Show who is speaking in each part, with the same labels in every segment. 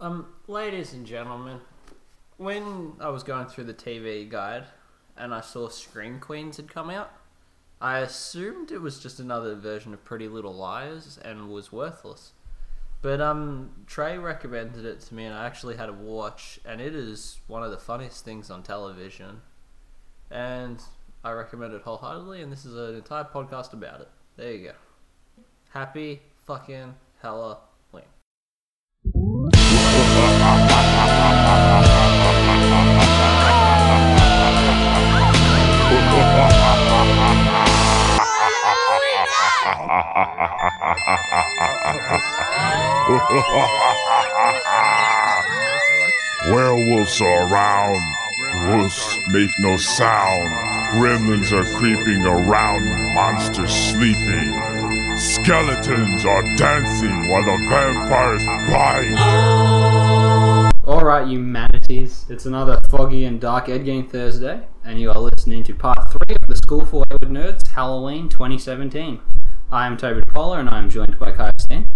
Speaker 1: Um, ladies and gentlemen, when I was going through the TV guide and I saw Scream Queens had come out, I assumed it was just another version of Pretty Little Liars and was worthless. But um, Trey recommended it to me, and I actually had a watch, and it is one of the funniest things on television. And I recommend it wholeheartedly, and this is an entire podcast about it. There you go. Happy fucking Halloween.
Speaker 2: Werewolves are around. Wolves make no sound. Gremlins are creeping around. Monsters sleeping. Skeletons are dancing while the vampires bite.
Speaker 3: Alright, you manatees, it's another foggy and dark Ed Game Thursday, and you are listening to part 3 of the School for Wayward Nerds Halloween 2017. I am Toby Poller, and I am joined by Kai Steen.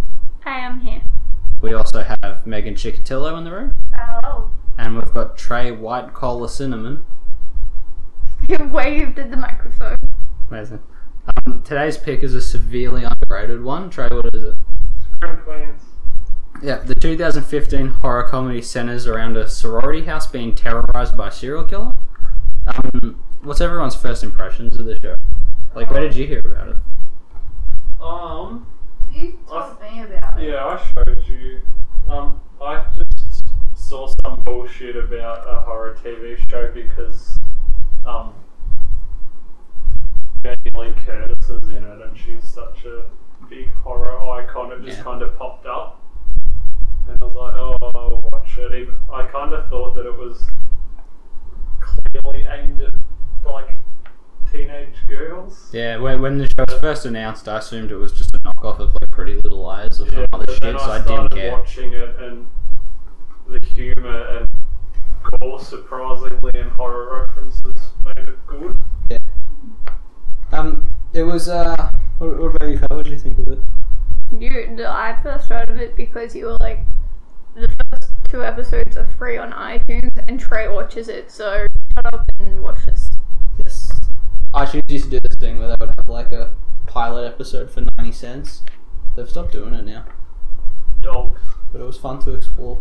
Speaker 4: Hi, I'm here.
Speaker 3: We also have Megan Chicatillo in the room,
Speaker 4: Hello.
Speaker 3: and we've got Trey White Cola Cinnamon.
Speaker 4: You waved at the microphone.
Speaker 3: Amazing. Um, today's pick is a severely underrated one. Trey, what is it? Yeah, the 2015 horror comedy centers around a sorority house being terrorized by a serial killer. Um, what's everyone's first impressions of the show? Like, where did you hear about it?
Speaker 5: Um,
Speaker 4: You
Speaker 5: told
Speaker 4: me about
Speaker 5: yeah, I showed you. Um, I just saw some bullshit about a horror TV show because, um, Jamie Lee Curtis is in it and she's such a big horror icon. It just
Speaker 3: Yeah.
Speaker 5: kind of popped up. And I was like, oh, I'll watch it. Even, I kind of thought that it was clearly aimed at, like, teenage girls.
Speaker 3: Yeah, when, when the show was first announced, I assumed it was just a knockoff of like Pretty Little Liars or some
Speaker 5: Yeah,
Speaker 3: other
Speaker 5: but
Speaker 3: shit,
Speaker 5: then
Speaker 3: so
Speaker 5: I
Speaker 3: I didn't
Speaker 5: started
Speaker 3: care.
Speaker 5: watching it, and the humor and gore, surprisingly, and horror references made it good.
Speaker 3: Um, it was uh, what, what about you, Kyle? What did you think of it?
Speaker 4: You, the- I first heard of it because you were like, the first two episodes are free on iTunes, and Trey watches it. So shut up and watch this.
Speaker 3: Yes. iTunes used to do this thing where they would have like a pilot episode for ninety cents. They've stopped doing it now,
Speaker 5: Dog.
Speaker 3: but it was fun to explore.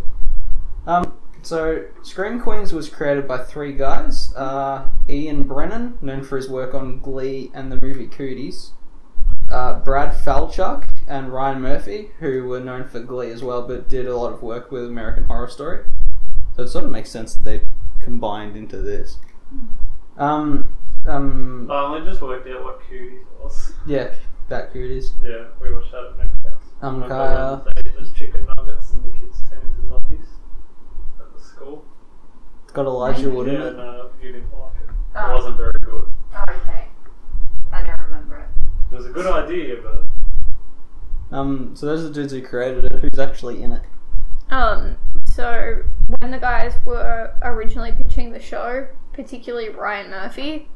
Speaker 3: Um, so Scream Queens was created by three guys: uh, Ian Brennan, known for his work on Glee and the movie Cooties. Uh, Brad Falchuk and Ryan Murphy, who were known for Glee as well, but did a lot of work with American Horror Story. So it sort of makes sense that they combined into this. Um, um,
Speaker 5: I only just worked out what cuties was.
Speaker 3: Yeah, that cooties.
Speaker 5: Yeah, we watched that at next house.
Speaker 3: Um,
Speaker 5: Remember
Speaker 3: Kyle.
Speaker 5: when They ate the chicken nuggets and the kids turned into zombies at the school.
Speaker 3: It's got Elijah Wood
Speaker 5: yeah,
Speaker 3: in it.
Speaker 5: no, you didn't like it.
Speaker 6: Oh.
Speaker 4: Ah.
Speaker 5: It wasn't very good.
Speaker 6: Okay. I don't remember it.
Speaker 5: It was a good idea, but
Speaker 3: Um, so those are the dudes who created it. Who's actually in it?
Speaker 4: Um, so when the guys were originally pitching the show, particularly Ryan Murphy,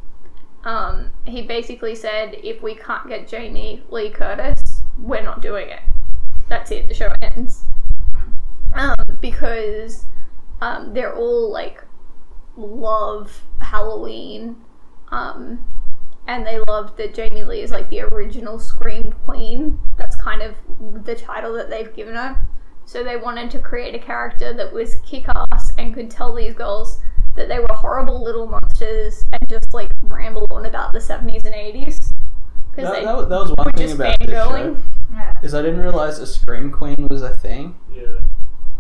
Speaker 4: um, he basically said, if we can't get Jamie Lee Curtis, we're not doing it. That's it, the show ends. Um, because um, they're all like love Halloween, um, and they love that Jamie Lee is like the original Scream Queen. That's kind of the title that they've given her. So they wanted to create a character that was kick ass and could tell these girls that they were horrible little monsters and just like ramble on about the 70s and 80s. Because
Speaker 3: That,
Speaker 4: they
Speaker 3: that, was- that was one
Speaker 4: were
Speaker 3: thing
Speaker 4: just
Speaker 3: about this show
Speaker 4: fangirling.
Speaker 6: Yeah.
Speaker 3: is I didn't realize a scream queen was a thing.
Speaker 5: yeah.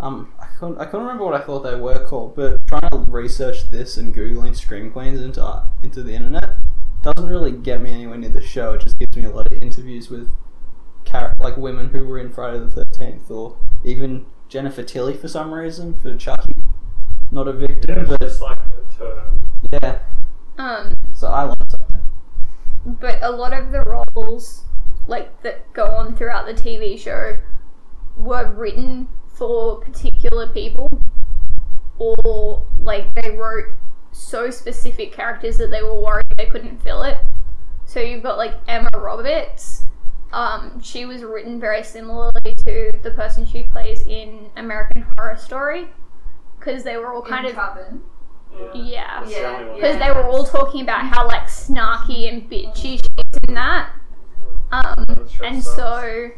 Speaker 3: Um, I couldn't, I couldn't remember what I thought they were called, but trying to research this and googling scream queens into uh, into the internet doesn't really get me anywhere near the show. It just gives me a lot of interviews with char- like women who were in Friday the Thirteenth, or even Jennifer Tilly for some reason for Chucky. Not a
Speaker 5: Yeah,
Speaker 3: victim,
Speaker 5: it's
Speaker 3: but
Speaker 5: just like a term.
Speaker 3: yeah.
Speaker 4: Um,
Speaker 3: So I learned something.
Speaker 4: but a lot of the roles like that go on throughout the TV show were written for particular people or like they wrote so specific characters that they were worried they couldn't fill it. So you've got like Emma Roberts Um, she was written very similarly to the person she plays in American Horror Story, because they were all kind of
Speaker 6: Coven.
Speaker 4: yeah,
Speaker 5: Yeah. That's the only one.
Speaker 4: because they were all talking about how like snarky and bitchy she is in that. Um,
Speaker 5: That shit
Speaker 4: and
Speaker 5: sucks.
Speaker 4: so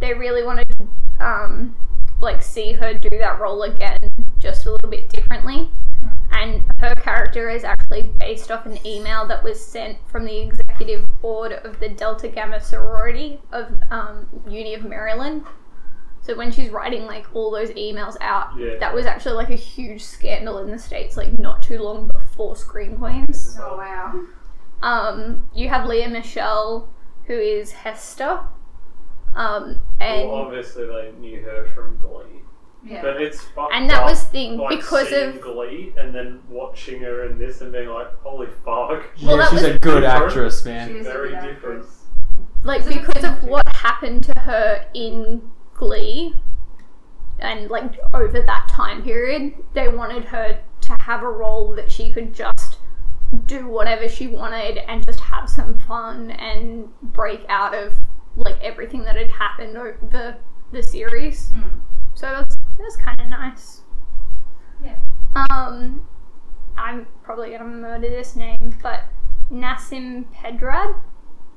Speaker 4: they really wanted to um, like see her do that role again just a little bit differently and her character is actually based off an email that was sent from the executive board of the delta gamma sorority of um, uni of maryland so when she's writing like all those emails out
Speaker 5: Yeah.
Speaker 4: that was actually like a huge scandal in the states like not too long before scream queens
Speaker 6: Oh wow.
Speaker 4: um, you have Leah Michelle, who is Hester, um, and
Speaker 5: Well, obviously they knew her from Glee,
Speaker 6: Yeah.
Speaker 5: but it's fucked
Speaker 4: and that
Speaker 5: up,
Speaker 4: was the thing
Speaker 5: like,
Speaker 4: because
Speaker 5: seeing
Speaker 4: of
Speaker 5: Glee and then watching her in this and being like, holy fuck.
Speaker 4: Well, that
Speaker 3: she's
Speaker 4: was-
Speaker 3: a good
Speaker 5: Different.
Speaker 3: actress, man.
Speaker 6: She is
Speaker 5: Very
Speaker 6: a good
Speaker 5: different.
Speaker 6: actress.
Speaker 4: like because of what happened to her in Glee, and like over that time period, they wanted her to have a role that she could just do whatever she wanted and just have some fun and break out of like everything that had happened over the series.
Speaker 6: Mm.
Speaker 4: So that's that's kind of nice.
Speaker 6: Yeah.
Speaker 4: Um, I'm probably gonna murder this name, but Nassim Pedrad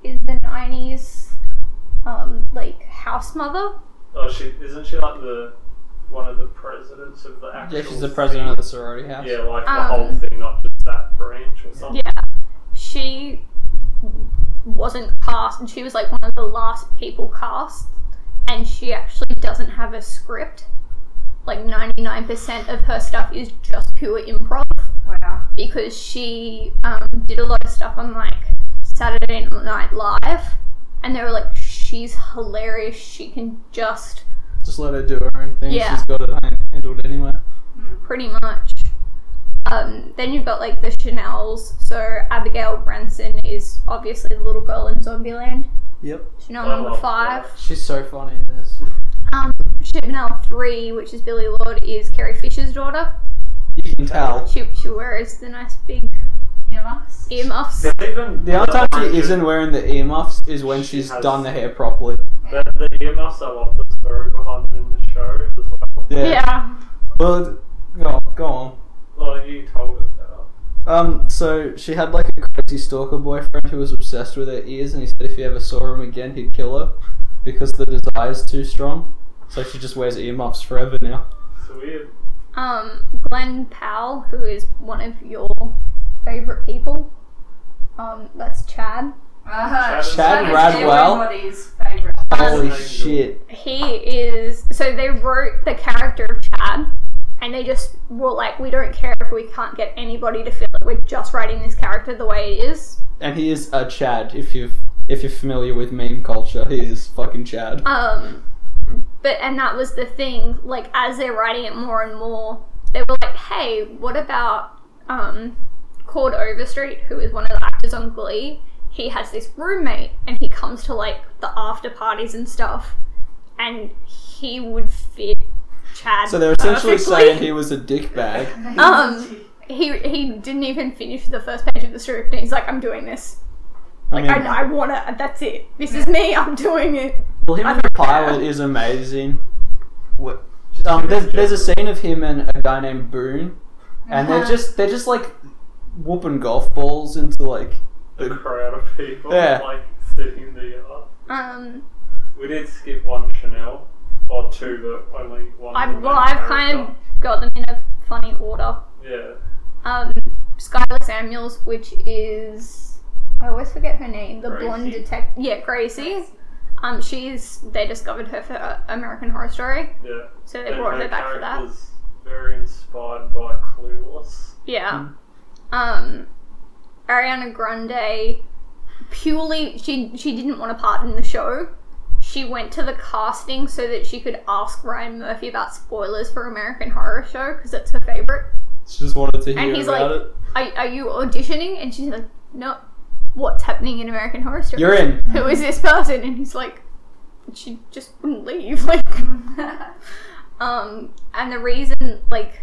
Speaker 4: is the '90s um, like house mother.
Speaker 5: Oh, she isn't she like the one of the presidents of the actual?
Speaker 3: Yeah, she's the president of the sorority
Speaker 5: thing?
Speaker 3: house.
Speaker 5: Yeah, like the
Speaker 4: Um,
Speaker 5: whole thing, not just that branch or something.
Speaker 4: Yeah, she wasn't cast, and she was like one of the last people cast, and she actually doesn't have a script. Like 99% of her stuff is just pure improv.
Speaker 6: Wow.
Speaker 4: because she um, did a lot of stuff on like Saturday Night Live, and they were like, "She's hilarious. She can just
Speaker 3: Just let her do her own thing.
Speaker 4: Yeah.
Speaker 3: She's got it hand- handled anyway.
Speaker 6: Hmm.
Speaker 4: pretty much." Um, then you've got like the Chanel's. So Abigail Branson is obviously the little girl in Zombieland.
Speaker 3: Yep.
Speaker 4: Chanel
Speaker 5: Oh,
Speaker 4: number
Speaker 5: wow.
Speaker 4: five.
Speaker 3: She's so funny in this.
Speaker 4: Um, Chanel three, which is Billy Lord, is Carrie Fisher's daughter.
Speaker 3: You can tell.
Speaker 4: She she wears the nice big
Speaker 6: Earmuffs.
Speaker 4: earmuffs.
Speaker 5: They even-
Speaker 3: The only time
Speaker 5: branch
Speaker 3: she isn't wearing the earmuffs is when
Speaker 5: She
Speaker 3: she's
Speaker 5: has-
Speaker 3: done the hair properly.
Speaker 5: The, the earmuffs are what the story behind in the show as well.
Speaker 3: Yeah.
Speaker 4: Yeah.
Speaker 3: Well, go on, go on.
Speaker 5: Well, you told it better.
Speaker 3: Um, so she had like a crazy stalker boyfriend who was obsessed with her ears, and he said if he ever saw him again, he'd kill her because the desire's too strong. So she just wears earmuffs forever now.
Speaker 5: It's weird.
Speaker 4: um, Glenn Powell, who is one of your favorite people. Um, that's Chad.
Speaker 6: Uh-huh.
Speaker 5: Chad
Speaker 6: That is
Speaker 3: Radwell.
Speaker 6: Everybody's favorite.
Speaker 3: Holy
Speaker 5: Angel.
Speaker 3: shit!
Speaker 4: He is. So they wrote the character of Chad, and they just were like, we don't care if we can't get anybody to fill it. We're just writing this character the way it is.
Speaker 3: And he is a Chad. If you've if you're familiar with meme culture, he is fucking Chad.
Speaker 4: Um, but and that was the thing. Like as they're writing it more and more, they were like, "Hey, what about um, Cord Overstreet, who is one of the actors on Glee? He has this roommate, and he comes to like the after parties and stuff, and he would fit Chad."
Speaker 3: So they're essentially
Speaker 4: perfectly.
Speaker 3: saying he was a dickbag.
Speaker 4: Um, he he didn't even finish the first page of the script, and he's like, "I'm doing this.
Speaker 3: I mean,
Speaker 4: I, I wanna. That's it. This is me. I'm doing it."
Speaker 3: well, him
Speaker 4: I
Speaker 3: and the
Speaker 4: don't
Speaker 3: pilot
Speaker 4: care.
Speaker 3: is amazing. What? Um, there's, there's a scene of him and a guy named Boone, and they're
Speaker 6: Uh-huh.
Speaker 3: just they're just like whooping golf balls into like
Speaker 5: The crowd of people
Speaker 3: Yeah.
Speaker 5: like sitting together.
Speaker 4: Um,
Speaker 5: We did skip one Chanel or two, but only one.
Speaker 4: I,
Speaker 5: of the
Speaker 4: well,
Speaker 5: main
Speaker 4: I've kind of
Speaker 5: character.
Speaker 4: got them in a funny order.
Speaker 5: yeah.
Speaker 4: Um, Skylar Samuels, which is I always forget her name, the
Speaker 5: Gracie.
Speaker 4: blonde detective. Yeah, Gracie. Um, she's they discovered her for uh, American Horror Story,
Speaker 5: Yeah.
Speaker 4: so they brought her back for that.
Speaker 5: character's Very inspired by Clueless.
Speaker 4: Yeah. Um, Ariana Grande purely she she didn't want a part in the show. She went to the casting so that she could ask Ryan Murphy about spoilers for American Horror Show because it's her favorite.
Speaker 3: She just wanted to hear
Speaker 4: And he's
Speaker 3: about
Speaker 4: like,
Speaker 3: it.
Speaker 4: are, are you auditioning? And she's like, no, what's happening in American Horror Story?
Speaker 3: You're in.
Speaker 4: Who is this person? And he's like, she just wouldn't leave. Like, um, and the reason, like,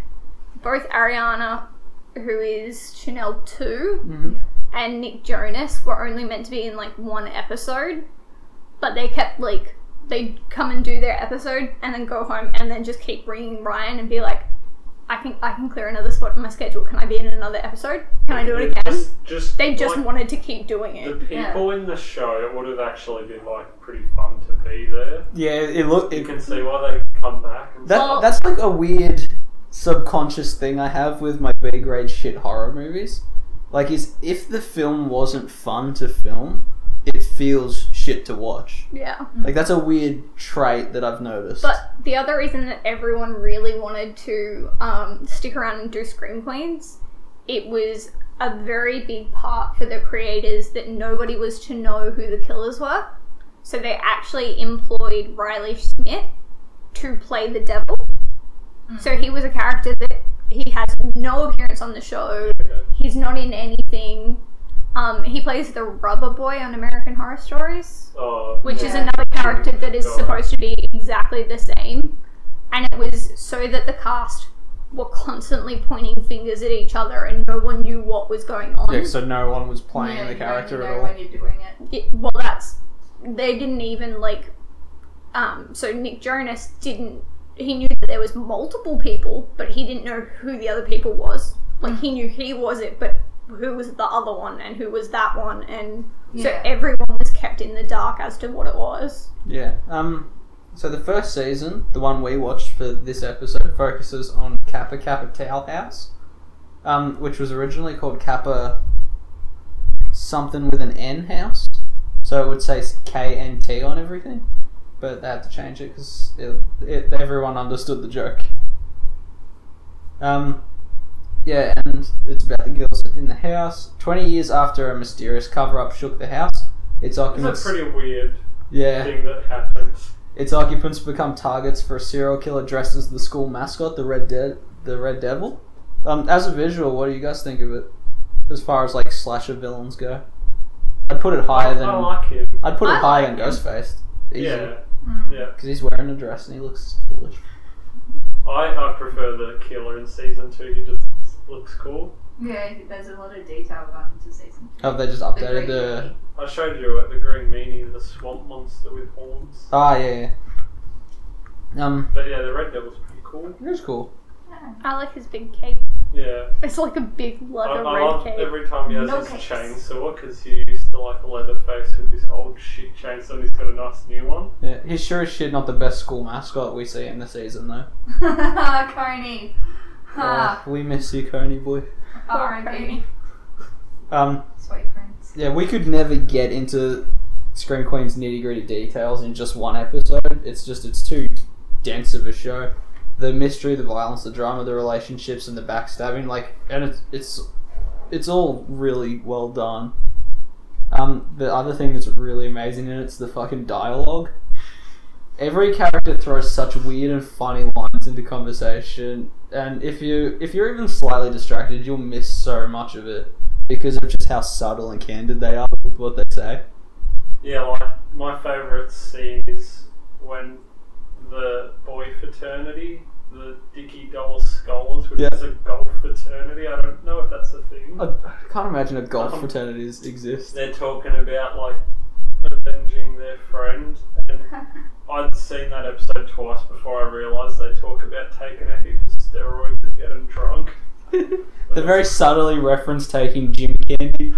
Speaker 4: both Ariana, who is Chanel 2,
Speaker 3: Mhm.
Speaker 5: Mm-hmm.
Speaker 4: and Nick Jonas were only meant to be in, like, one episode. but they kept like they come and do their episode and then go home and then just keep ringing Ryan and be like, I can I can clear another spot in my schedule. Can I be in another episode? Can I do it again?
Speaker 5: Just, just
Speaker 4: They just
Speaker 5: like,
Speaker 4: wanted to keep doing
Speaker 5: the
Speaker 4: it.
Speaker 5: people in the show. It would have actually been like pretty fun to be there.
Speaker 3: Yeah, it look.
Speaker 5: You
Speaker 3: It,
Speaker 5: can see why they come back. And
Speaker 3: that
Speaker 5: stuff.
Speaker 4: Well-
Speaker 3: that's like a weird subconscious thing I have with my B grade shit horror movies. Like, is if the film wasn't fun to film, it feels shit to watch.
Speaker 4: Yeah.
Speaker 3: Like that's a weird trait that I've noticed.
Speaker 4: But the other reason that everyone really wanted to um, stick around and do Scream Queens, it was a very big part for the creators that nobody was to know who the killers were. So they actually employed Riley Smith to play the devil. So he was a character that he has no appearance on the show. He's not in anything. Um, he plays the rubber boy on American Horror Stories
Speaker 5: Oh,
Speaker 4: which is
Speaker 6: Yeah.
Speaker 4: another character that is
Speaker 5: Go on.
Speaker 4: supposed to be exactly the same. And it was so that the cast were constantly pointing fingers at each other and no one knew what was going on.
Speaker 3: yeah, so no one was playing
Speaker 6: Yeah,
Speaker 3: the
Speaker 6: you
Speaker 3: character
Speaker 6: don't
Speaker 3: at
Speaker 6: know
Speaker 3: all.
Speaker 6: when you're doing it.
Speaker 4: It- well, that's. They didn't even, like. Um, so Nick Jonas didn't. He knew that there was multiple people, but he didn't know who the other people was. Like, he knew he was it, but who was the other one and who was that one? And so
Speaker 6: Yeah.
Speaker 4: everyone was kept in the dark as to what it was.
Speaker 3: Yeah. Um. So the first season, the one we watched for this episode, focuses on Kappa Kappa Tau House, um, which was originally called Kappa something with an N House. So it would say K and T on everything, but they had to change it because it, it, everyone understood the joke. Um, yeah, and it's about the girls in the house. Twenty years after a mysterious cover-up shook the house, its
Speaker 5: It's
Speaker 3: occupants.
Speaker 5: a pretty weird
Speaker 3: yeah.
Speaker 5: thing that happens.
Speaker 3: Its occupants become targets for a serial killer dressed as the school mascot, the Red De- the Red Devil. Um, as a visual, what do you guys think of it? As far as like slasher villains go, I'd put it higher than
Speaker 5: Oh, I like him.
Speaker 3: I'd put it
Speaker 4: I
Speaker 3: higher
Speaker 4: like
Speaker 3: than Ghostface.
Speaker 5: Yeah,
Speaker 6: Hmm.
Speaker 5: yeah.
Speaker 3: because he's wearing a dress and he looks foolish.
Speaker 5: I, I prefer the killer in season two. He just looks cool.
Speaker 6: Yeah, there's a lot of detail gone into season three.
Speaker 3: Have Oh, they just updated the?
Speaker 5: I showed you at the Green Meanie, the swamp monster with horns.
Speaker 3: Ah, yeah, yeah. Um,
Speaker 5: But yeah, the Red Devil's pretty cool.
Speaker 3: it was cool.
Speaker 4: I like his big cape.
Speaker 5: Yeah,
Speaker 4: It's like a big
Speaker 5: I,
Speaker 4: leather
Speaker 5: I
Speaker 4: red
Speaker 5: love
Speaker 4: cape.
Speaker 5: every time he has
Speaker 6: No
Speaker 5: his
Speaker 6: capes.
Speaker 5: chainsaw because he used to like Leatherface with this old shit chainsaw. and He's got a nice new one.
Speaker 3: Yeah, he's sure as shit not the best school mascot we see in the season though.
Speaker 6: Ah. Coney. Ha.
Speaker 3: Oh, we miss you, Coney boy.
Speaker 6: R.I.P.
Speaker 3: Um,
Speaker 6: Sweet prince.
Speaker 3: Yeah, we could never get into Scream Queen's nitty gritty details in just one episode. It's just it's too dense of a show. The mystery, the violence, the drama, the relationships, and the backstabbing, like, and it's it's it's all really well done. Um, the other thing that's really amazing in it's the fucking dialogue. Every character throws such weird and funny lines into conversation, and if you if you're even slightly distracted, you'll miss so much of it because of just how subtle and candid they are with what they say.
Speaker 5: Yeah, like my favourite scene is when the boy fraternity, the Dicky Doll Scholars, which
Speaker 3: Yeah.
Speaker 5: is a golf fraternity. I don't know if that's a thing.
Speaker 3: I, I can't imagine a golf
Speaker 5: Um,
Speaker 3: fraternity exists.
Speaker 5: They're talking about like avenging their friend, and I'd seen that episode twice before I realised they talk about taking a heap of steroids and getting drunk.
Speaker 3: they very subtly reference taking gym candy,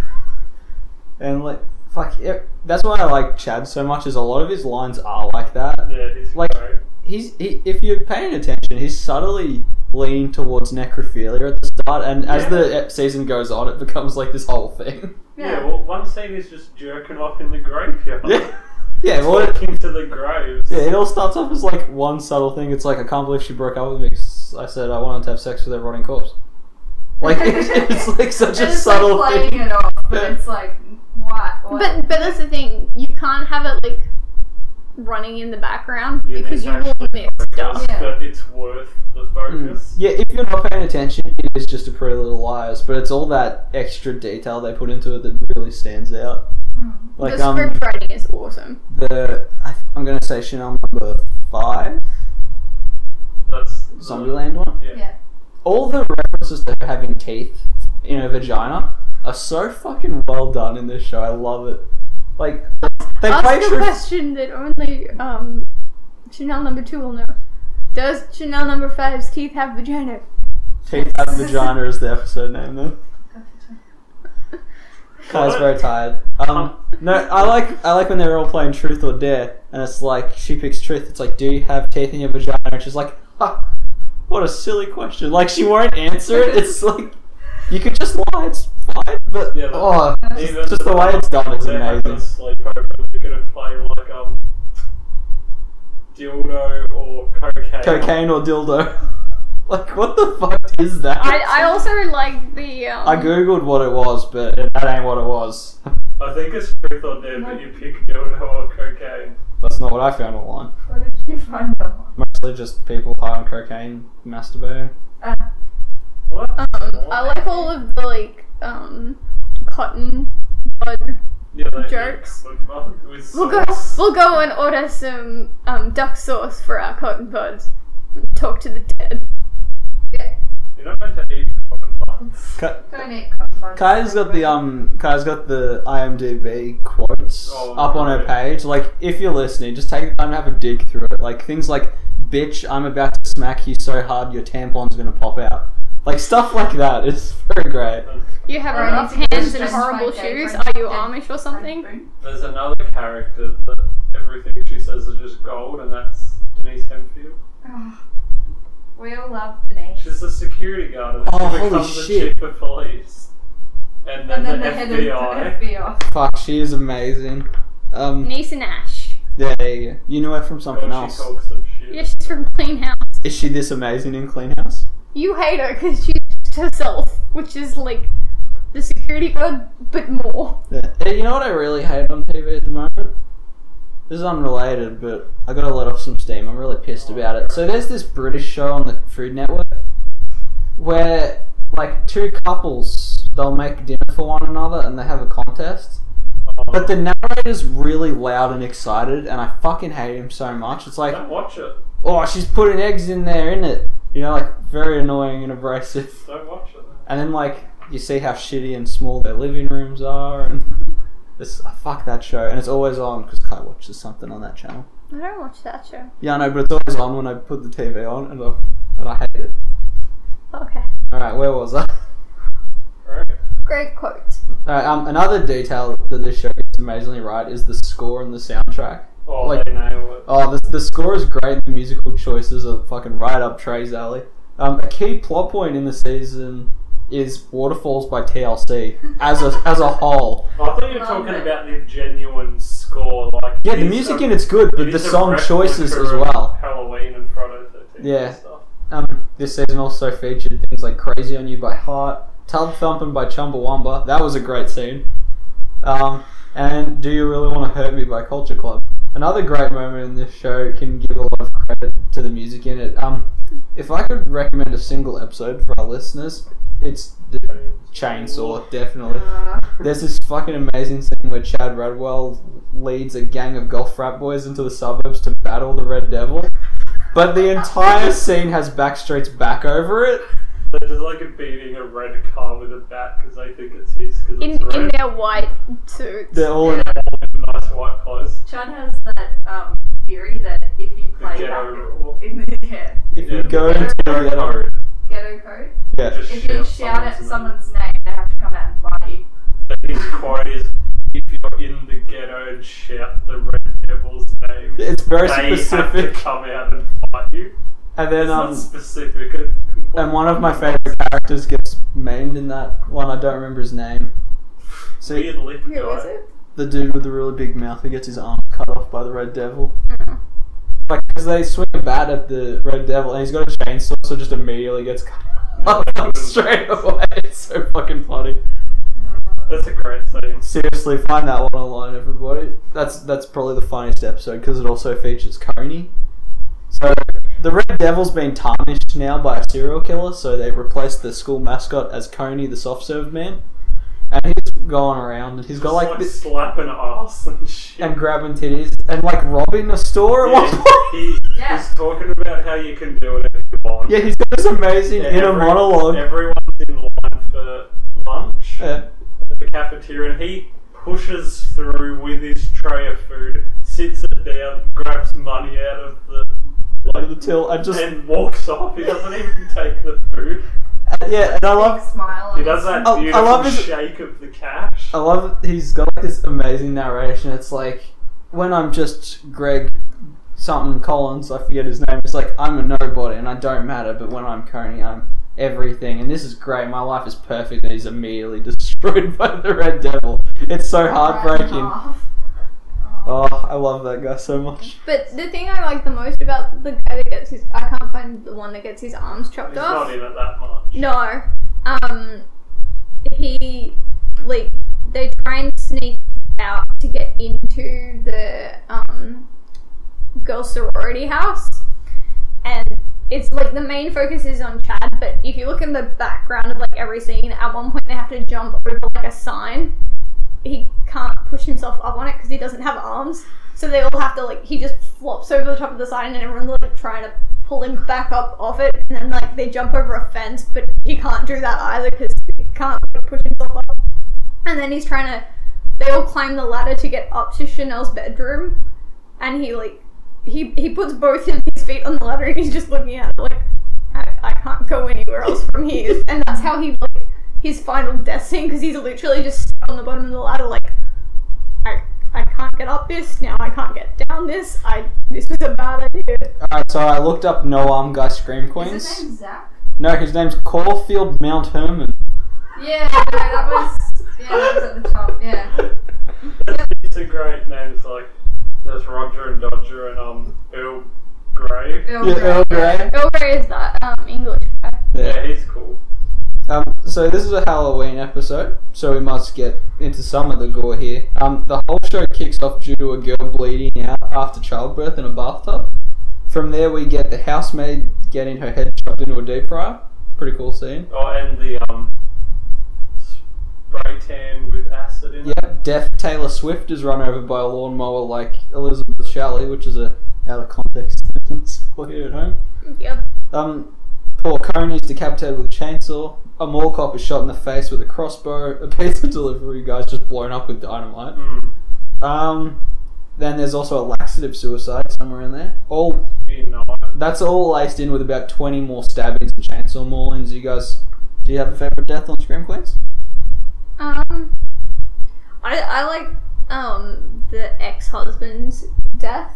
Speaker 3: and like fuck, yeah, that's why I like Chad so much. Is a lot of his lines are like that.
Speaker 5: yeah, it is
Speaker 3: like-
Speaker 5: great.
Speaker 3: He's he, if you're paying attention, he's subtly leaning towards necrophilia at the start, and as
Speaker 5: Yeah.
Speaker 3: the ep- season goes on, it becomes like this whole thing.
Speaker 5: Yeah. well, one scene is just jerking off in the graveyard.
Speaker 3: yeah, yeah. Well, it-
Speaker 5: Walking to the graves.
Speaker 3: Yeah, it all starts off as like one subtle thing. It's like I can't believe she broke up with me. 'cause I said I wanted to have sex with her rotting corpse. Like it's, it's like such a
Speaker 6: It's
Speaker 3: subtle
Speaker 6: like playing
Speaker 3: thing.
Speaker 6: it off, but it's like, what? what?
Speaker 4: But but that's the thing, you can't have it like running in the background
Speaker 5: Yeah,
Speaker 4: because
Speaker 5: it's
Speaker 4: you will
Speaker 5: actually
Speaker 4: miss
Speaker 5: focus,
Speaker 4: stuff.
Speaker 6: Yeah.
Speaker 5: but it's worth the focus.
Speaker 3: Yeah, if you're not paying attention, it is just a Pretty Little Liars. But it's all that extra detail they put into it that really stands out.
Speaker 6: Mm.
Speaker 3: Like
Speaker 4: the
Speaker 3: um,
Speaker 4: script writing is awesome.
Speaker 3: the I, I'm gonna say Chanel number five,
Speaker 5: That's the-
Speaker 3: Zombieland one.
Speaker 5: Yeah.
Speaker 6: Yeah.
Speaker 3: All the references to her having teeth in her vagina are so fucking well done in this show. I love it. Like they play
Speaker 4: Ask a
Speaker 3: through
Speaker 4: question that only um, Chanel number two will know. Does Chanel number five's teeth have vagina?
Speaker 3: teeth out vagina is the episode name though. Kai's very tired. Um, no, I like I like when they're all playing truth or dare, and it's like she picks truth. It's like, do you have teeth in your vagina? And she's like, ha, what a silly question. Like she won't answer it. It's like you could just lie. It's fine, but
Speaker 5: Yeah,
Speaker 3: oh,
Speaker 5: but
Speaker 3: just,
Speaker 5: even-
Speaker 3: just the way it's done is
Speaker 5: They're having a
Speaker 3: amazing.
Speaker 5: sleepover and they're gonna play like um dildo or cocaine.
Speaker 3: Cocaine or dildo? like what the fuck is that?
Speaker 4: I, I also like the. Um,
Speaker 3: I googled what it was, but that ain't what it was.
Speaker 5: I think it's truth or dare, but you pick dildo or cocaine.
Speaker 3: That's not what I found online.
Speaker 6: What did you find online?
Speaker 3: Mostly just people high on cocaine masturbating.
Speaker 6: Uh,
Speaker 5: What?
Speaker 4: um, I like all of the like um, cotton bud
Speaker 5: yeah, they
Speaker 4: jokes.
Speaker 5: eat food With
Speaker 4: We'll go.
Speaker 5: sauce.
Speaker 4: We'll go and order some um, duck sauce for our cotton buds. Talk to the dead.
Speaker 5: You're not meant to eat cotton buns.
Speaker 3: Ka-
Speaker 6: Don't eat cotton buds.
Speaker 3: Kai's got the um, Kai's got the IMDb quotes
Speaker 5: Oh,
Speaker 3: up on her
Speaker 5: right.
Speaker 3: page. Like, if you're listening, just take the time to have a dig through it. Like things like, "Bitch, I'm about to smack you so hard your tampon's gonna pop out." Like stuff like that. It's very great.
Speaker 4: You have
Speaker 5: Alright,
Speaker 4: rough
Speaker 5: that's
Speaker 4: hands
Speaker 6: just
Speaker 4: and
Speaker 6: like
Speaker 4: horrible
Speaker 6: gay
Speaker 4: shoes.
Speaker 6: friends,
Speaker 4: Are you
Speaker 6: gay
Speaker 4: Amish or something?
Speaker 5: There's another character that everything she says is just gold, and that's Denise Hemfield.
Speaker 6: Oh, we all love Denise.
Speaker 5: She's the security guard, and then
Speaker 3: Oh,
Speaker 5: she
Speaker 3: holy
Speaker 5: becomes the
Speaker 3: shit.
Speaker 5: chief of police. And then,
Speaker 6: and then the,
Speaker 5: the,
Speaker 6: head
Speaker 5: FBI.
Speaker 6: of the FBI.
Speaker 3: Fuck, she is amazing. Um,
Speaker 4: Niece and Ash.
Speaker 3: yeah, there you go. You know her from something
Speaker 5: God, she
Speaker 3: else.
Speaker 5: talks some shit.
Speaker 4: Yeah, she's from Clean House.
Speaker 3: Is she this amazing in Clean House?
Speaker 4: You hate her because she's just herself, which is like the security guard, but more.
Speaker 3: Yeah. You know what I really hate on TV at the moment? This is unrelated, but I gotta let off some steam. I'm really pissed about it. So there's this British show on the Food Network where, like, two couples they'll make dinner for one another and they have a contest.
Speaker 5: Oh,
Speaker 3: But the narrator's really loud and excited, and I fucking hate him so much. It's like,
Speaker 5: don't watch it.
Speaker 3: oh, she's putting eggs in there, innit? You know, like, very annoying and abrasive.
Speaker 5: Don't watch it.
Speaker 3: And then like you see how shitty and small their living rooms are, and this fuck that show. And it's always on because Kai watches something on that channel.
Speaker 4: I don't watch that show.
Speaker 3: Yeah, I know, but it's always on when I put the TV on, and I, and I hate it.
Speaker 4: Okay.
Speaker 3: All right, where was I?
Speaker 5: Alright.
Speaker 4: Great quote.
Speaker 3: All right, um, another detail that this show gets amazingly right is the score and the soundtrack.
Speaker 5: Oh,
Speaker 3: Like-
Speaker 5: they nail it.
Speaker 3: Oh, the, the score is great. The musical choices are fucking right up Trey's alley. Um, a key plot point in the season is Waterfalls by TLC as a as a whole.
Speaker 5: I thought you were talking
Speaker 4: Oh,
Speaker 6: Love it.
Speaker 5: about the genuine score. Like
Speaker 3: Yeah, the
Speaker 5: it's
Speaker 3: music
Speaker 5: a-
Speaker 3: in it's good, but
Speaker 5: it
Speaker 3: the
Speaker 5: is a
Speaker 3: song
Speaker 5: replica
Speaker 3: choices as
Speaker 5: of
Speaker 3: well.
Speaker 5: Halloween and Friday the 13th.
Speaker 3: Yeah.
Speaker 5: And stuff.
Speaker 3: Um, this season also featured things like "Crazy on You" by Heart, "Tub Thumping" by Chumbawamba. That was a great scene. Um, and "Do You Really Want to Hurt Me" by Culture Club. Another great moment in this show can give a lot of credit to the music in it. Um, if I could recommend a single episode for our listeners, it's the Chainsaw, definitely.
Speaker 6: Uh,
Speaker 3: There's this fucking amazing scene where Chad Radwell leads a gang of golf frat boys into the suburbs to battle the Red Devil, but the entire scene has Backstreet's back over it.
Speaker 5: They're just like beating a red car with a bat because they think it's his because
Speaker 4: In
Speaker 5: it's red.
Speaker 4: in their white suits.
Speaker 3: They're all in
Speaker 5: in nice white clothes.
Speaker 6: Chad has that um, theory that if you
Speaker 5: The
Speaker 6: play
Speaker 5: ghetto
Speaker 6: back
Speaker 5: rule.
Speaker 6: in the yeah,
Speaker 3: if you
Speaker 5: Yeah.
Speaker 3: go into the
Speaker 5: Ghetto
Speaker 3: ghetto.
Speaker 5: code.
Speaker 6: ghetto code,
Speaker 3: Yeah.
Speaker 5: Just
Speaker 6: if you shout at
Speaker 5: name.
Speaker 6: someone's name, they have to come out and bite you.
Speaker 5: But His quote is, "If you're in the ghetto and shout the Red Devil's name,
Speaker 3: It's very
Speaker 5: they have to
Speaker 3: specific.
Speaker 5: come out and fight you."
Speaker 3: And then
Speaker 5: it's not
Speaker 3: um
Speaker 5: specific.
Speaker 3: and one of my favourite characters gets maimed in that one, I don't remember his name. So
Speaker 5: Weird lip
Speaker 4: Who
Speaker 5: guy.
Speaker 4: is it?
Speaker 3: the dude with the really big mouth who gets his arm cut off by the Red Devil. Like, because they swing a bat at the Red Devil and he's got a chainsaw, so just immediately gets cut off straight away. It's so fucking funny.
Speaker 5: That's a great scene.
Speaker 3: Seriously, find that one online, everybody. That's that's probably the funniest episode because it also features Coney. So the Red Devil's been tarnished now by a serial killer, so they replaced the school mascot as Coney, the soft serve man, and he's going around and he's got
Speaker 5: Just
Speaker 3: like this
Speaker 5: slapping ass and shit.
Speaker 3: and grabbing titties and like robbing a store at one
Speaker 5: Yeah,
Speaker 3: point.
Speaker 5: he
Speaker 6: Yeah.
Speaker 5: was talking about how you can do it if you want.
Speaker 3: Yeah, he's got this amazing
Speaker 5: Yeah,
Speaker 3: inner
Speaker 5: every-
Speaker 3: monologue.
Speaker 5: Everyone's in line for lunch
Speaker 3: Yeah.
Speaker 5: at the cafeteria, and he pushes through with his tray of food, sits it down, grabs money out of the
Speaker 3: Like the till, I just
Speaker 5: and walks off. He doesn't even take the food.
Speaker 3: yeah, and I
Speaker 6: Big
Speaker 3: love,
Speaker 6: smile on
Speaker 5: He does that
Speaker 3: Oh, I
Speaker 5: beautiful
Speaker 3: love his-
Speaker 5: shake of the cash.
Speaker 3: I love. that He's got like this amazing narration. It's like when I'm just Greg something Collins, I forget his name. It's like I'm a nobody and I don't matter, but when I'm Coney, I'm everything. And this is great. My life is perfect. And he's immediately destroyed by the Red Devil. It's so heartbreaking. Oh, I love that guy so much.
Speaker 4: But the thing I like the most about the guy that gets his I can't find the one that gets his arms chopped
Speaker 5: He's
Speaker 4: off.
Speaker 5: not in it that much.
Speaker 4: No. Um he like they try and sneak out to get into the um girl sorority house and it's like the main focus is on Chad, but if you look in the background of like every scene, at one point they have to jump over like a sign. He can't push himself up on it because he doesn't have arms, so they all have to like he just flops over the top of the sign, and everyone's like trying to pull him back up off it, and then like they jump over a fence, but he can't do that either because he can't like, push himself up. And then he's trying to. They all climb the ladder to get up to Chanel's bedroom, and he like he he puts both of his feet on the ladder and he's just looking at it like I, I can't go anywhere else from here. And that's how he like his final death scene because he's literally just stuck on the bottom of the ladder like I I can't get up this now. I can't get down this. I this was a bad idea.
Speaker 3: Alright, so I looked up No Arm Guy Scream
Speaker 6: Is his
Speaker 3: Queens.
Speaker 6: name Zach?
Speaker 3: No, his name's Caulfield Mount Herman.
Speaker 6: Yeah, no, that was. Yeah, that was at the top, yeah.
Speaker 5: It's a great names like there's Roger and Dodger and um Earl Grey.
Speaker 6: Earl
Speaker 3: Yeah,
Speaker 6: Grey.
Speaker 3: Earl Grey.
Speaker 4: Oh, where is that um English? guy?
Speaker 5: Yeah, he's cool.
Speaker 3: Um, so this is a Halloween episode, so we must get into some of the gore here. Um, the whole show kicks off due to a girl bleeding out after childbirth in a bathtub. From there, we get the housemaid getting her head shoved into a deep fryer. Pretty cool scene.
Speaker 5: Oh, and the um spray tan with acid in it.
Speaker 3: Yep, deaf Taylor Swift is run over by a lawnmower like Elizabeth Shalley, which is a out of context sentence for you at home.
Speaker 4: Yep.
Speaker 3: Um, poor Coney's decapitated with a chainsaw. A mall cop is shot in the face with a crossbow. A pizza delivery guy's just blown up with dynamite.
Speaker 5: Mm,
Speaker 3: Um, then there's also a laxative suicide somewhere in there. All
Speaker 5: you know.
Speaker 3: that's all laced in with about twenty more stabbings and chainsaw maulings. You guys, do you have a favorite death on Scream Queens?
Speaker 4: Um, I I like um the ex husband's death.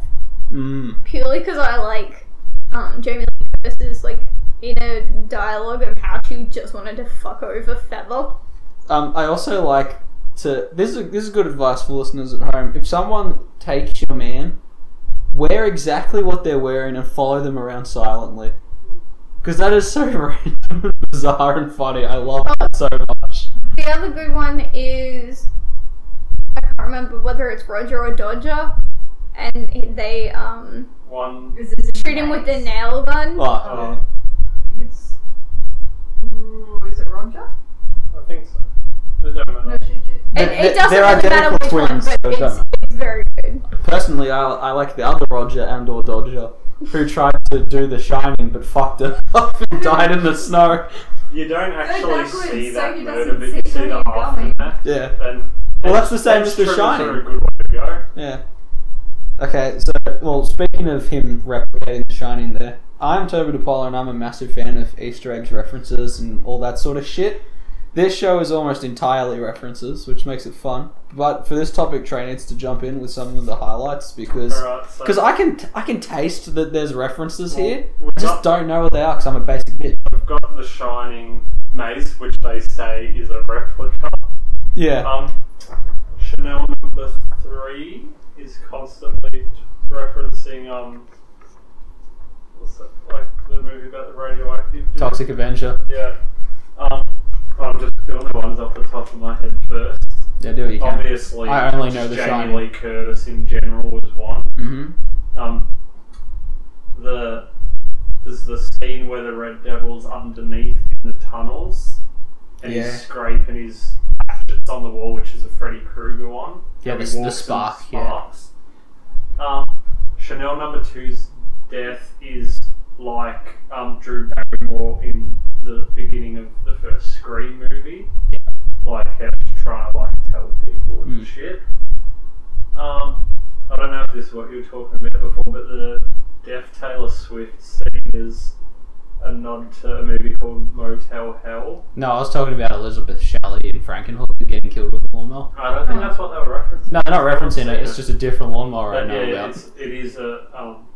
Speaker 3: Mm.
Speaker 4: purely because I like um, Jamie Lee Curtis's like inner dialogue of how she just wanted to fuck over Feather.
Speaker 3: Um, I also like to. This is this is good advice for listeners at home. If someone takes your man, wear exactly what they're wearing and follow them around silently, because that is so random, and bizarre, and funny. I love that so much.
Speaker 4: The other good one is I can't remember whether it's Roger or Dodger, and he- they um,
Speaker 5: One
Speaker 6: Is this
Speaker 4: shoot him with their nail gun.
Speaker 3: Oh, yeah.
Speaker 6: It's. Ooh, is it Roger?
Speaker 5: I think so. It don't matter.
Speaker 6: No, she, she,
Speaker 4: It,
Speaker 3: They-
Speaker 4: it doesn't
Speaker 3: they're
Speaker 4: really matter which
Speaker 3: identical
Speaker 4: one,
Speaker 3: twins,
Speaker 4: but
Speaker 3: so it
Speaker 4: it's,
Speaker 3: don't-
Speaker 4: it's very good.
Speaker 3: Personally, I, I like the other Roger and or Dodger, who tried to do the shining but fucked it up and died in the snow.
Speaker 5: You don't actually
Speaker 6: Exactly,
Speaker 5: see
Speaker 6: so
Speaker 5: that
Speaker 6: he
Speaker 5: murder,
Speaker 6: doesn't
Speaker 5: but you
Speaker 6: see
Speaker 5: see the
Speaker 6: where you're going.
Speaker 5: aftermath.
Speaker 3: Yeah.
Speaker 5: And
Speaker 3: Well, that's the same as The
Speaker 5: true,
Speaker 3: Shining.
Speaker 5: Sure, a good way to go.
Speaker 3: Yeah. Okay, so well, speaking of him replicating the Shining, there, I'm Toby DePaulo, and I'm a massive fan of Easter eggs, references, and all that sort of shit. This show is almost entirely references, which makes it fun. But for this topic, Trey needs to jump in with some of the highlights because
Speaker 5: Alright, so
Speaker 3: because I can t- I can taste that there's references here.
Speaker 5: we've
Speaker 3: I
Speaker 5: got-
Speaker 3: just don't know what they are because I'm a basic bitch.
Speaker 5: we've got the Shining maze, which they say is a replica.
Speaker 3: Yeah,
Speaker 5: Um, Chanel number three is constantly referencing um, what's that, like the movie about the radioactive dude?
Speaker 3: Toxic Avenger.
Speaker 5: Yeah. Um, I'm just doing the ones off the top of my head first.
Speaker 3: Yeah, do what you can.
Speaker 5: Obviously,
Speaker 3: I only know
Speaker 5: just
Speaker 3: The
Speaker 5: Jamie
Speaker 3: Shining.
Speaker 5: Lee Curtis in general was one.
Speaker 3: Mm-hmm.
Speaker 5: Um, the there's the scene where the Red Devil's underneath in the tunnels, and
Speaker 3: Yeah.
Speaker 5: he's scraping his hatchets on the wall, which is a Freddy Krueger one.
Speaker 3: Yeah,
Speaker 5: And
Speaker 3: the,
Speaker 5: he
Speaker 3: the
Speaker 5: walks in
Speaker 3: spark. Yeah.
Speaker 5: sparks. Um, Chanel number two's death is like um, Drew Barrymore in the beginning of the first Scream movie. like how she's trying to like tell people and
Speaker 3: Mm.
Speaker 5: shit. Um, I don't know if this is what you were talking about before, but the deaf Taylor Swift scene is a nod to a movie called Motel Hell.
Speaker 3: No, I was talking about Elizabeth Shelley and Frankenhook getting killed with a lawnmower.
Speaker 5: I don't think that's what they were referencing.
Speaker 3: No, not referencing it. It's just a different lawnmower I
Speaker 5: But
Speaker 3: know
Speaker 5: yeah,
Speaker 3: about.
Speaker 5: it's, it is a um,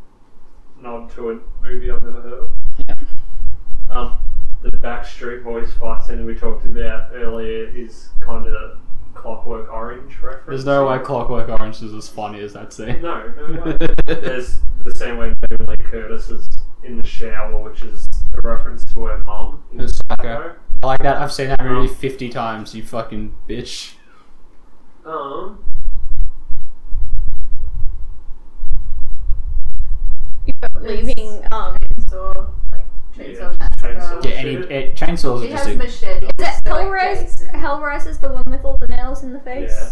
Speaker 5: nod to a movie I've never heard of.
Speaker 3: Yeah.
Speaker 5: Um, the Backstreet Boys fight scene we talked about earlier is kind of Clockwork Orange reference.
Speaker 3: There's no way Clockwork Orange is as funny as that scene.
Speaker 5: No, no way. There's the same way Jamie Lee Curtis is in the shower, which is a reference to her mum. in
Speaker 3: It's psycho.
Speaker 5: Psycho.
Speaker 3: I like that. I've seen that movie 50 times, you fucking bitch.
Speaker 5: Um,
Speaker 4: leaving. Um,
Speaker 6: Chainsaw, like chainsaw
Speaker 5: Yeah,
Speaker 6: massacre.
Speaker 5: chainsaw.
Speaker 3: Yeah, any it, chainsaws are
Speaker 6: She
Speaker 3: just
Speaker 6: has
Speaker 3: a.
Speaker 6: machete.
Speaker 4: is it Hellraiser? Hellraiser is the one with all the nails in the face.
Speaker 5: Yeah.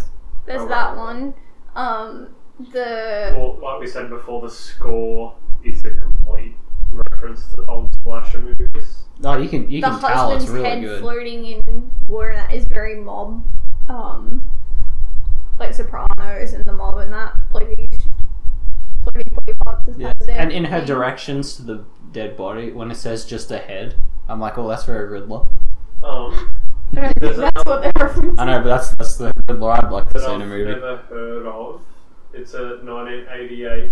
Speaker 4: There's
Speaker 5: Oh,
Speaker 4: that
Speaker 5: right.
Speaker 4: one. Um, the
Speaker 5: well, like we said before, the score is a complete reference to old slasher movies.
Speaker 3: No, oh, you can you
Speaker 4: the
Speaker 3: can tell it's
Speaker 4: husband's
Speaker 3: really
Speaker 4: head
Speaker 3: good.
Speaker 4: floating in water. That is very mob. Um, like Sopranos and the mob and that. Like these floating body parts is
Speaker 3: Yeah.
Speaker 4: part of their
Speaker 3: And in her
Speaker 4: thing.
Speaker 3: directions to the dead body, when it says just a head, I'm like, oh, that's very Riddler.
Speaker 5: Um,
Speaker 4: I don't think
Speaker 5: There's
Speaker 4: that's what they're referencing.
Speaker 3: I know, but that's that's the Riddler I'd like to
Speaker 5: that
Speaker 3: see in a
Speaker 5: I've
Speaker 3: movie.
Speaker 5: never heard of. It's a 1988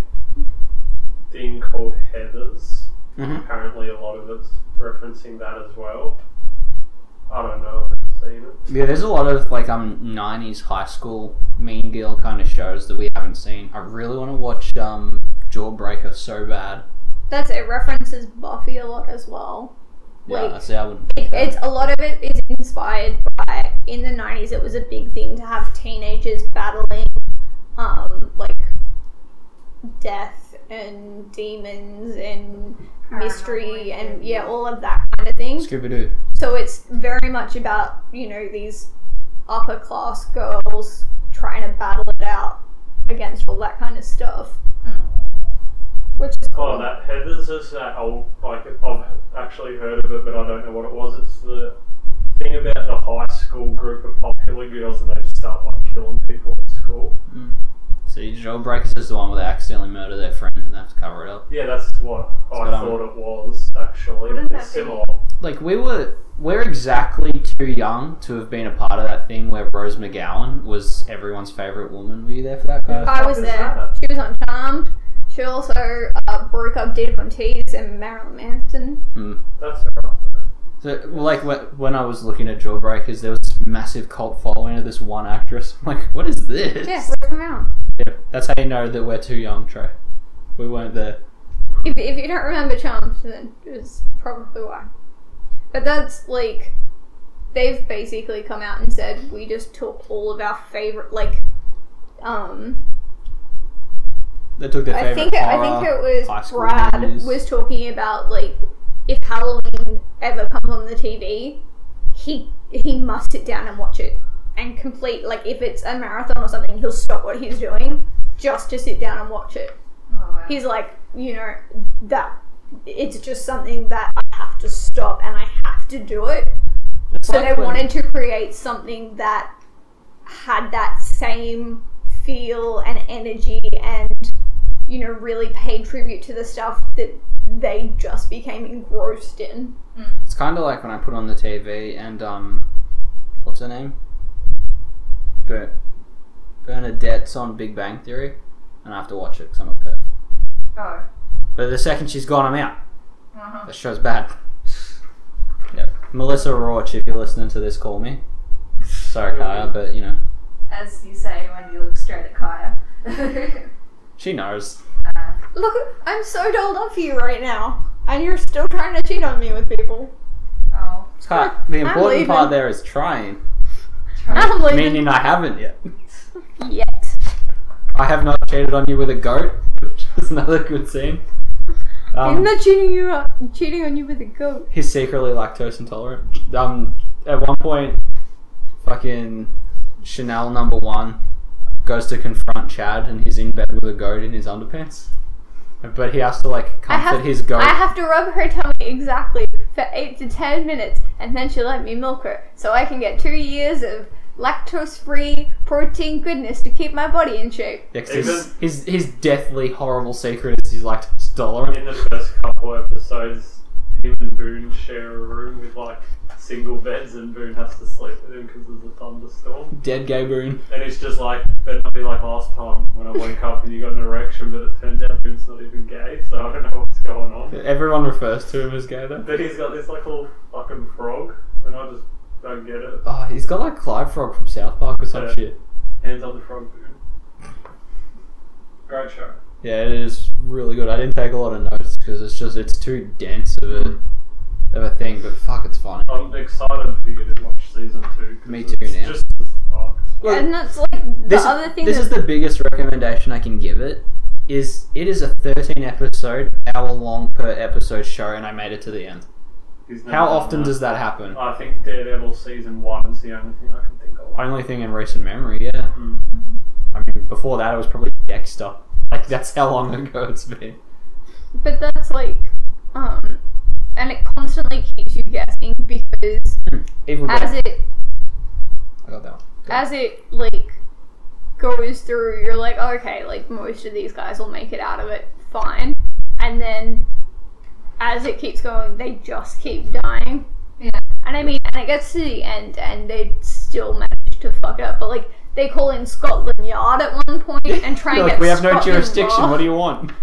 Speaker 5: thing called Heathers.
Speaker 3: Mhm.
Speaker 5: Apparently, a lot of it's referencing that as well. I don't know. I've never seen it.
Speaker 3: Yeah, there's a lot of like um '90s high school Mean Girl kind of shows that we haven't seen. I really want to watch um Jawbreaker so bad.
Speaker 4: That's it. References Buffy a lot as well.
Speaker 3: Yeah,
Speaker 4: Like,
Speaker 3: I see. I wouldn't.
Speaker 4: It, it's a lot of it is inspired by in the nineties. It was a big thing to have teenagers battling, um, like death and demons and mystery and yeah, all of that kind of thing.
Speaker 3: Scooby Doo.
Speaker 4: So it's very much about you know these upper class girls trying to battle it out against all that kind of stuff,
Speaker 6: Mm.
Speaker 4: which is cool.
Speaker 5: Oh, that Heathers is uh, that old. Like, I've actually heard of it, but I don't know what it was. It's the thing about the high school group of popular girls, and they just start like killing people at school.
Speaker 3: See, Jawbreakers is the one where they accidentally murder their friend and they have to cover it up.
Speaker 5: Yeah, that's what I
Speaker 3: what I'm-
Speaker 5: thought it was. Actually, it's
Speaker 6: Wouldn't that be-
Speaker 5: similar.
Speaker 3: Like we were, we're exactly too young to have been a part of that thing where Rose McGowan was everyone's favorite woman. Were you there for that? Guy?
Speaker 4: I was
Speaker 5: Is
Speaker 4: there.
Speaker 5: that-
Speaker 4: She was on Charmed. She also uh, broke up Dita Von Teese and Marilyn Manson.
Speaker 5: That's alright.
Speaker 3: Mm. So, well, like wh- when I was looking at Jawbreakers, there was this massive cult following of this one actress. I'm like, what is this?
Speaker 4: Yeah, look around.
Speaker 3: Yeah, that's how you know that we're too young, Trey. We weren't there.
Speaker 4: If, if you don't remember Charmed, then it's probably why. But that's like, they've basically come out and said we just took all of our favorite, like, um,
Speaker 3: They took their
Speaker 4: I
Speaker 3: favorite.
Speaker 4: think it, I
Speaker 3: horror,
Speaker 4: think it
Speaker 3: high
Speaker 4: was
Speaker 3: school
Speaker 4: Brad
Speaker 3: movies.
Speaker 4: was talking about like if Halloween ever comes on the TV, he he must sit down and watch it and complete like if it's a marathon or something, he'll stop what he's doing just to sit down and watch it.
Speaker 6: Oh, wow.
Speaker 4: He's like, you know, that it's just something that I have to stop and I have to do it.
Speaker 3: It's
Speaker 4: So
Speaker 3: like
Speaker 4: they
Speaker 3: when-
Speaker 4: wanted to create something that had that same feel and energy and, you know, really paid tribute to the stuff that they just became engrossed in.
Speaker 3: It's kind of like when I put on the TV and um, what's her name? Bern- Bernadette's on Big Bang Theory, and I have to watch it because I'm a perv.
Speaker 6: Oh.
Speaker 3: But the second she's gone, I'm out.
Speaker 6: Uh-huh.
Speaker 3: That show's bad. Yep. Melissa Roach, if you're listening to this, call me. Sorry, Kaya, but you know
Speaker 6: As you say when you look straight at Kaya. uh,
Speaker 3: she knows.
Speaker 4: Look, I'm so dolled up for you right now, and you're still trying to cheat on me with people.
Speaker 6: oh.
Speaker 3: Kaya, the
Speaker 4: I'm
Speaker 3: important part
Speaker 4: leaving.
Speaker 3: there is trying,
Speaker 4: I'm leaving
Speaker 3: meaning I haven't yet.
Speaker 4: yet.
Speaker 3: I have not cheated on you with a goat, which is another good scene.
Speaker 4: I'm
Speaker 3: Um,
Speaker 4: not cheating you. uh, cheating on you with a goat.
Speaker 3: he's secretly lactose intolerant. Um, at one point, fucking Chanel number one goes to confront Chad, and he's in bed with a goat in his underpants. But he has to like comfort
Speaker 4: have-
Speaker 3: his goat.
Speaker 4: I have to rub her tummy exactly for eight to ten minutes, and then she let me milk her, so I can get two years of lactose-free protein goodness to keep my body in shape.
Speaker 3: Yeah, 'cause his,
Speaker 5: Even-
Speaker 3: his, his deathly horrible secret is he's lactose tolerant.
Speaker 5: In the first couple episodes, him and Boone share a room with like single beds, and Boone has to sleep with him because there's a thunderstorm.
Speaker 3: Dead gay boon.
Speaker 5: And it's just like, better not be like last time when I woke up and you got an erection, but it turns out Boone's not even gay, so I don't know what's going on.
Speaker 3: Everyone refers to him as gay though.
Speaker 5: But he's got this like little fucking frog, and I just don't get it.
Speaker 3: Oh, he's got like Clive Frog from South Park or some
Speaker 5: Yeah.
Speaker 3: shit.
Speaker 5: Hands on the frog, Boone. Great show.
Speaker 3: Yeah, it is really good. I didn't take a lot of notes because it's just it's too dense of a of a thing. But fuck, it's funny.
Speaker 5: I'm excited for you to watch season two. 'cause
Speaker 3: Me too
Speaker 5: it's
Speaker 3: now.
Speaker 5: Just as fucked.
Speaker 3: Look,
Speaker 4: and that's like the
Speaker 3: this,
Speaker 4: other thing.
Speaker 3: this
Speaker 4: that-
Speaker 3: is the biggest recommendation I can give it. Is it is a thirteen episode, hour long per episode show, and I made it to the end.
Speaker 5: He's never
Speaker 3: How
Speaker 5: done
Speaker 3: often
Speaker 5: that.
Speaker 3: does that happen?
Speaker 5: I think Daredevil season one is the only thing I can think of.
Speaker 3: Only thing in recent memory, yeah.
Speaker 5: Mm.
Speaker 3: I mean, before that, it was probably Dexter. Like that's how long ago it's been.
Speaker 4: But that's like, um, and it constantly keeps you guessing because
Speaker 3: Evil
Speaker 4: as
Speaker 3: Dead.
Speaker 4: it
Speaker 3: I got that one.
Speaker 4: as it like goes through, you're like, okay, like most of these guys will make it out of it fine, and then as it keeps going, they just keep dying.
Speaker 6: Yeah.
Speaker 4: And I mean, and it gets to the end, and they still manage to fuck it up. But like, they call in Scotland Yard at one point and try and
Speaker 3: They're
Speaker 4: get
Speaker 3: like, we have no
Speaker 4: Scotland
Speaker 3: jurisdiction.
Speaker 4: Law."
Speaker 3: What do you want?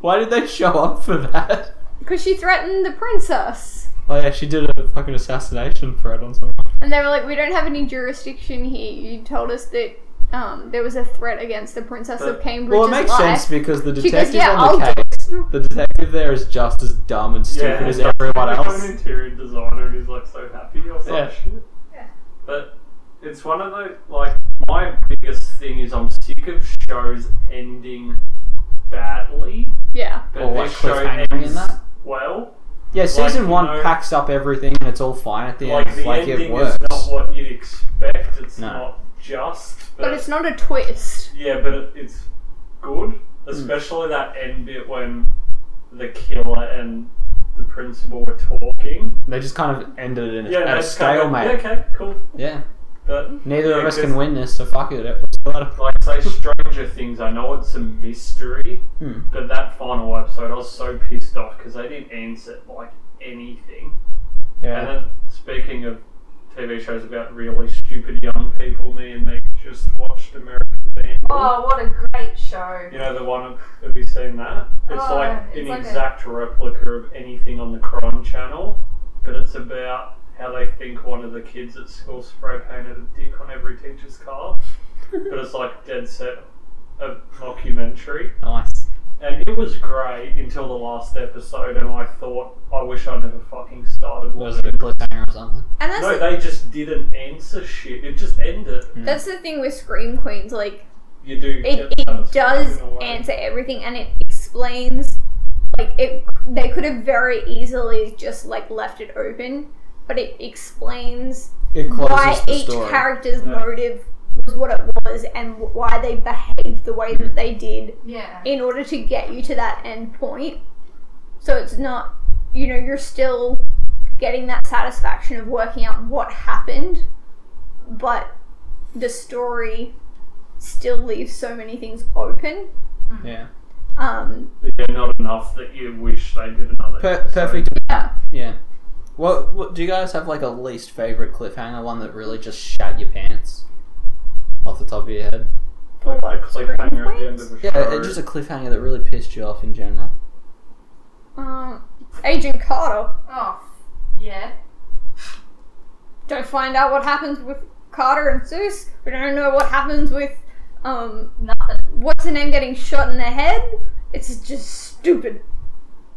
Speaker 3: Why did they show up for that?
Speaker 4: Because she threatened the princess.
Speaker 3: Oh yeah, she did a fucking assassination threat on someone.
Speaker 4: And they were like, we don't have any jurisdiction here. You told us that um, there was a threat against the Princess of
Speaker 5: But-
Speaker 4: Cambridge's
Speaker 3: Well, it makes
Speaker 4: life.
Speaker 3: sense because the
Speaker 4: She goes,
Speaker 3: detective
Speaker 4: yeah, I'll
Speaker 3: on the
Speaker 4: do
Speaker 3: case,
Speaker 4: it.
Speaker 3: the detective there is just as dumb and stupid as everyone
Speaker 5: He's
Speaker 3: else.
Speaker 5: an interior designer and he's like so happy or some
Speaker 3: Yeah.
Speaker 5: shit.
Speaker 6: Yeah.
Speaker 5: But it's one of those like my biggest thing is I'm sick of shows ending badly.
Speaker 4: Yeah.
Speaker 5: But
Speaker 3: Or, like,
Speaker 5: this show
Speaker 3: cliffhanger
Speaker 5: ends
Speaker 3: and that?
Speaker 5: well.
Speaker 3: Yeah, season
Speaker 5: you
Speaker 3: one
Speaker 5: know-
Speaker 3: packs up everything and it's all fine at the
Speaker 5: like
Speaker 3: end.
Speaker 5: the
Speaker 3: Like
Speaker 5: ending
Speaker 3: it works.
Speaker 5: is not what you'd expect. It's
Speaker 3: No.
Speaker 5: not just.
Speaker 4: But it's not a twist.
Speaker 5: Yeah, but it, it's good,
Speaker 3: Hmm.
Speaker 5: especially that end bit when the killer and the principal were talking.
Speaker 3: They just kind of ended it in a,
Speaker 5: Yeah,
Speaker 3: at a
Speaker 5: that's kind of-
Speaker 3: stalemate. Hmm.
Speaker 5: yeah, okay, cool.
Speaker 3: Yeah,
Speaker 5: But
Speaker 3: neither
Speaker 5: yeah,
Speaker 3: of us
Speaker 5: 'cause,
Speaker 3: can win this, so fuck it. It was a lot of-
Speaker 5: Like say Stranger Things, I know it's a mystery,
Speaker 3: Hmm.
Speaker 5: but that final episode, I was so pissed off because they didn't answer like anything. And
Speaker 3: Yeah,
Speaker 5: then speaking of TV shows about really stupid young people, me and me just watched American Vandal.
Speaker 6: Oh, what a great show.
Speaker 5: You know the one have you seen that? It's
Speaker 6: Oh,
Speaker 5: like
Speaker 6: it's
Speaker 5: an
Speaker 6: like a-
Speaker 5: exact replica of anything on the Crime Channel, but it's about how they think one of the kids at school spray painted a dick on every teacher's car. but it's like dead set a mockumentary,
Speaker 3: nice.
Speaker 5: and it was great until the last episode, and I thought, I wish I never fucking started
Speaker 3: Was it
Speaker 5: watching.
Speaker 3: a cliffhanger or something?
Speaker 4: And that's,
Speaker 5: No,
Speaker 4: the,
Speaker 5: they just didn't answer shit. It just ended.
Speaker 4: that's the thing with Scream Queens. Like,
Speaker 5: You do.
Speaker 4: it,
Speaker 5: get
Speaker 4: it
Speaker 5: satisfied
Speaker 4: does
Speaker 5: in a way.
Speaker 4: answer everything and it explains like it they could have very easily just like left it open but it explains
Speaker 3: It closes
Speaker 4: why
Speaker 3: the
Speaker 4: each
Speaker 3: story.
Speaker 4: character's
Speaker 5: Yeah.
Speaker 4: motive was what it was and why they behaved the way that they did
Speaker 6: Yeah.
Speaker 4: in order to get you to that end point so it's not you know you're still getting that satisfaction of working out what happened but the story still leaves so many things open
Speaker 3: yeah,
Speaker 4: um
Speaker 5: Yeah, not enough that you wish they did another.
Speaker 3: per-
Speaker 5: episode.
Speaker 3: perfect.
Speaker 4: yeah
Speaker 3: Yeah. What, what do you guys have like a least favorite cliffhanger? One that really just shat your pants off the top of your head?
Speaker 4: for
Speaker 5: Like
Speaker 4: what
Speaker 5: a cliffhanger at the end of a
Speaker 3: Yeah,
Speaker 5: show.
Speaker 3: it, just a cliffhanger that really pissed you off in general.
Speaker 4: um agent carter
Speaker 6: Oh, yeah.
Speaker 4: don't find out what happens with carter and seuss we don't know what happens with um
Speaker 6: Nothing.
Speaker 4: what's the name getting shot in the head it's just stupid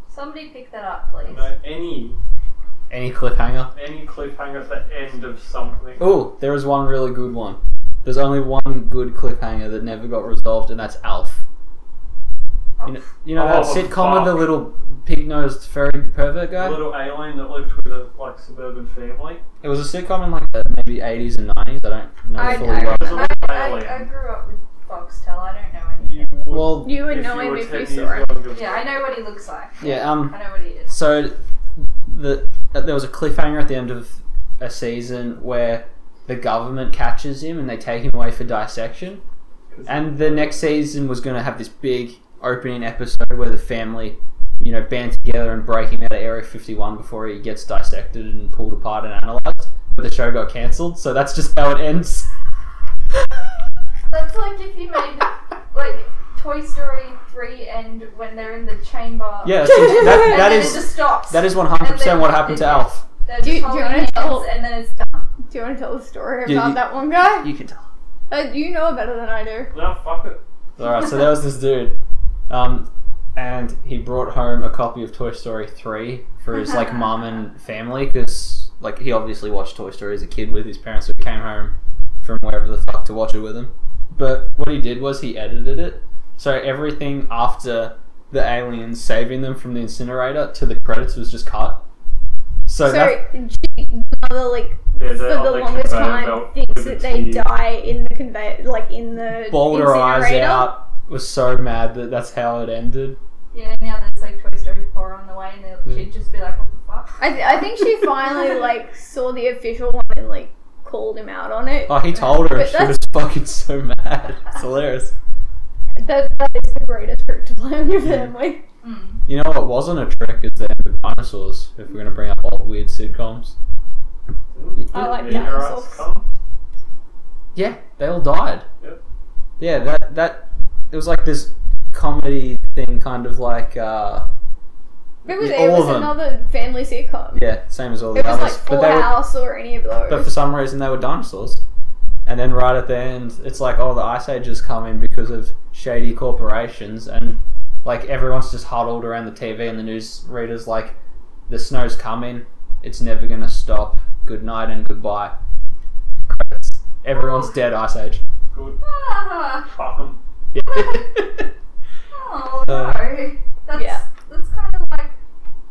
Speaker 6: Somebody pick that up, please.
Speaker 5: No, any
Speaker 3: Any cliffhanger?
Speaker 5: any cliffhanger at the end of something.
Speaker 3: Ooh, there is one really good one. There's only one good cliffhanger that never got resolved, and that's Alf. You know, you know that
Speaker 5: Oh,
Speaker 3: sitcom with the
Speaker 5: fuck.
Speaker 3: little pig-nosed furry pervert
Speaker 5: A
Speaker 3: guy.
Speaker 5: little alien that lived with a like suburban family.
Speaker 3: It was a sitcom in like the maybe 80s and 90s. I don't know
Speaker 4: I-
Speaker 3: fully
Speaker 4: I-
Speaker 3: well.
Speaker 5: There's a
Speaker 6: I,
Speaker 5: little alien.
Speaker 6: I, I grew up with Foxtel. I don't know anything.
Speaker 5: You would,
Speaker 3: Well,
Speaker 4: you would
Speaker 5: if
Speaker 4: know
Speaker 5: you
Speaker 4: him
Speaker 5: were
Speaker 4: if
Speaker 5: 10
Speaker 4: you
Speaker 5: years
Speaker 4: saw it
Speaker 5: younger.
Speaker 6: Yeah, I know what he looks like.
Speaker 3: yeah. Um,
Speaker 6: I know what he is.
Speaker 3: So the that there was a cliffhanger at the end of a season where the government catches him and they take him away for dissection. And the next season was going to have this big opening episode where the family, you know, band together and break him out of Area 51 before he gets dissected and pulled apart and analyzed. But the show got cancelled, so that's just how it ends.
Speaker 6: That's like if you made like Toy Story three and when they're in the chamber.
Speaker 3: Yeah, so that,
Speaker 6: And
Speaker 3: that
Speaker 6: then
Speaker 3: is
Speaker 6: it just stops.
Speaker 3: that is 100% what happened to Alf.
Speaker 6: They're just
Speaker 4: Do you- do you
Speaker 6: holding
Speaker 4: wanna
Speaker 6: hands
Speaker 4: tell-
Speaker 6: and then it's done.
Speaker 4: Do you want to tell the story
Speaker 3: Yeah,
Speaker 4: about
Speaker 3: you-
Speaker 4: that one guy?
Speaker 3: You can tell.
Speaker 4: Uh, you know better than I do.
Speaker 5: No, fuck it.
Speaker 3: All right, so there was this dude, um, and he brought home a copy of Toy Story three for his like mom and family because like he obviously watched Toy Story as a kid with his parents, so he came home from wherever the fuck to watch it with him. But what he did was he edited it, so everything after the aliens saving them from the incinerator to the credits was just cut. So, that,
Speaker 4: So, she, another like
Speaker 5: Yeah,
Speaker 4: for the longest time thinks that they die in the convey, like in the
Speaker 3: Boulder Eyes
Speaker 4: incinerator.
Speaker 3: Out was so mad that that's how it ended.
Speaker 6: Yeah, now there's like Toy Story four on the way, and they'll-
Speaker 3: Mm.
Speaker 6: she'd just be like, "What the fuck?"
Speaker 4: I, th- I think she finally like saw the official one and like called him out on it.
Speaker 3: Oh, he told her and
Speaker 4: But
Speaker 3: she was
Speaker 4: that's-
Speaker 3: fucking so mad. It's hilarious.
Speaker 4: That, that is the greatest trick to play on your family.
Speaker 6: Mm.
Speaker 3: You know what wasn't a trick is the end of dinosaurs, if we're gonna bring up old weird sitcoms.
Speaker 4: I like dinosaurs.
Speaker 3: Yeah, they all died.
Speaker 5: Yep.
Speaker 3: Yeah, that that it was like this comedy thing kind of like uh
Speaker 4: It was,
Speaker 3: All
Speaker 4: it was
Speaker 3: of 'em.
Speaker 4: another family sitcom.
Speaker 3: yeah, same as all the
Speaker 4: It was
Speaker 3: others.
Speaker 4: like Full
Speaker 3: but they were,
Speaker 4: House or any of those.
Speaker 3: but for some reason they were dinosaurs. And then right at the end it's like oh the ice ages come in because of shady corporations and like everyone's just huddled around the TV and the newsreaders like the snow's coming, it's never gonna stop. Good night and goodbye. Credits. Everyone's dead, Ice Age.
Speaker 5: Good.
Speaker 6: Ah,
Speaker 5: Fuck 'em.
Speaker 3: Uh,
Speaker 6: oh no, that's
Speaker 4: Yeah.
Speaker 6: that's kind of like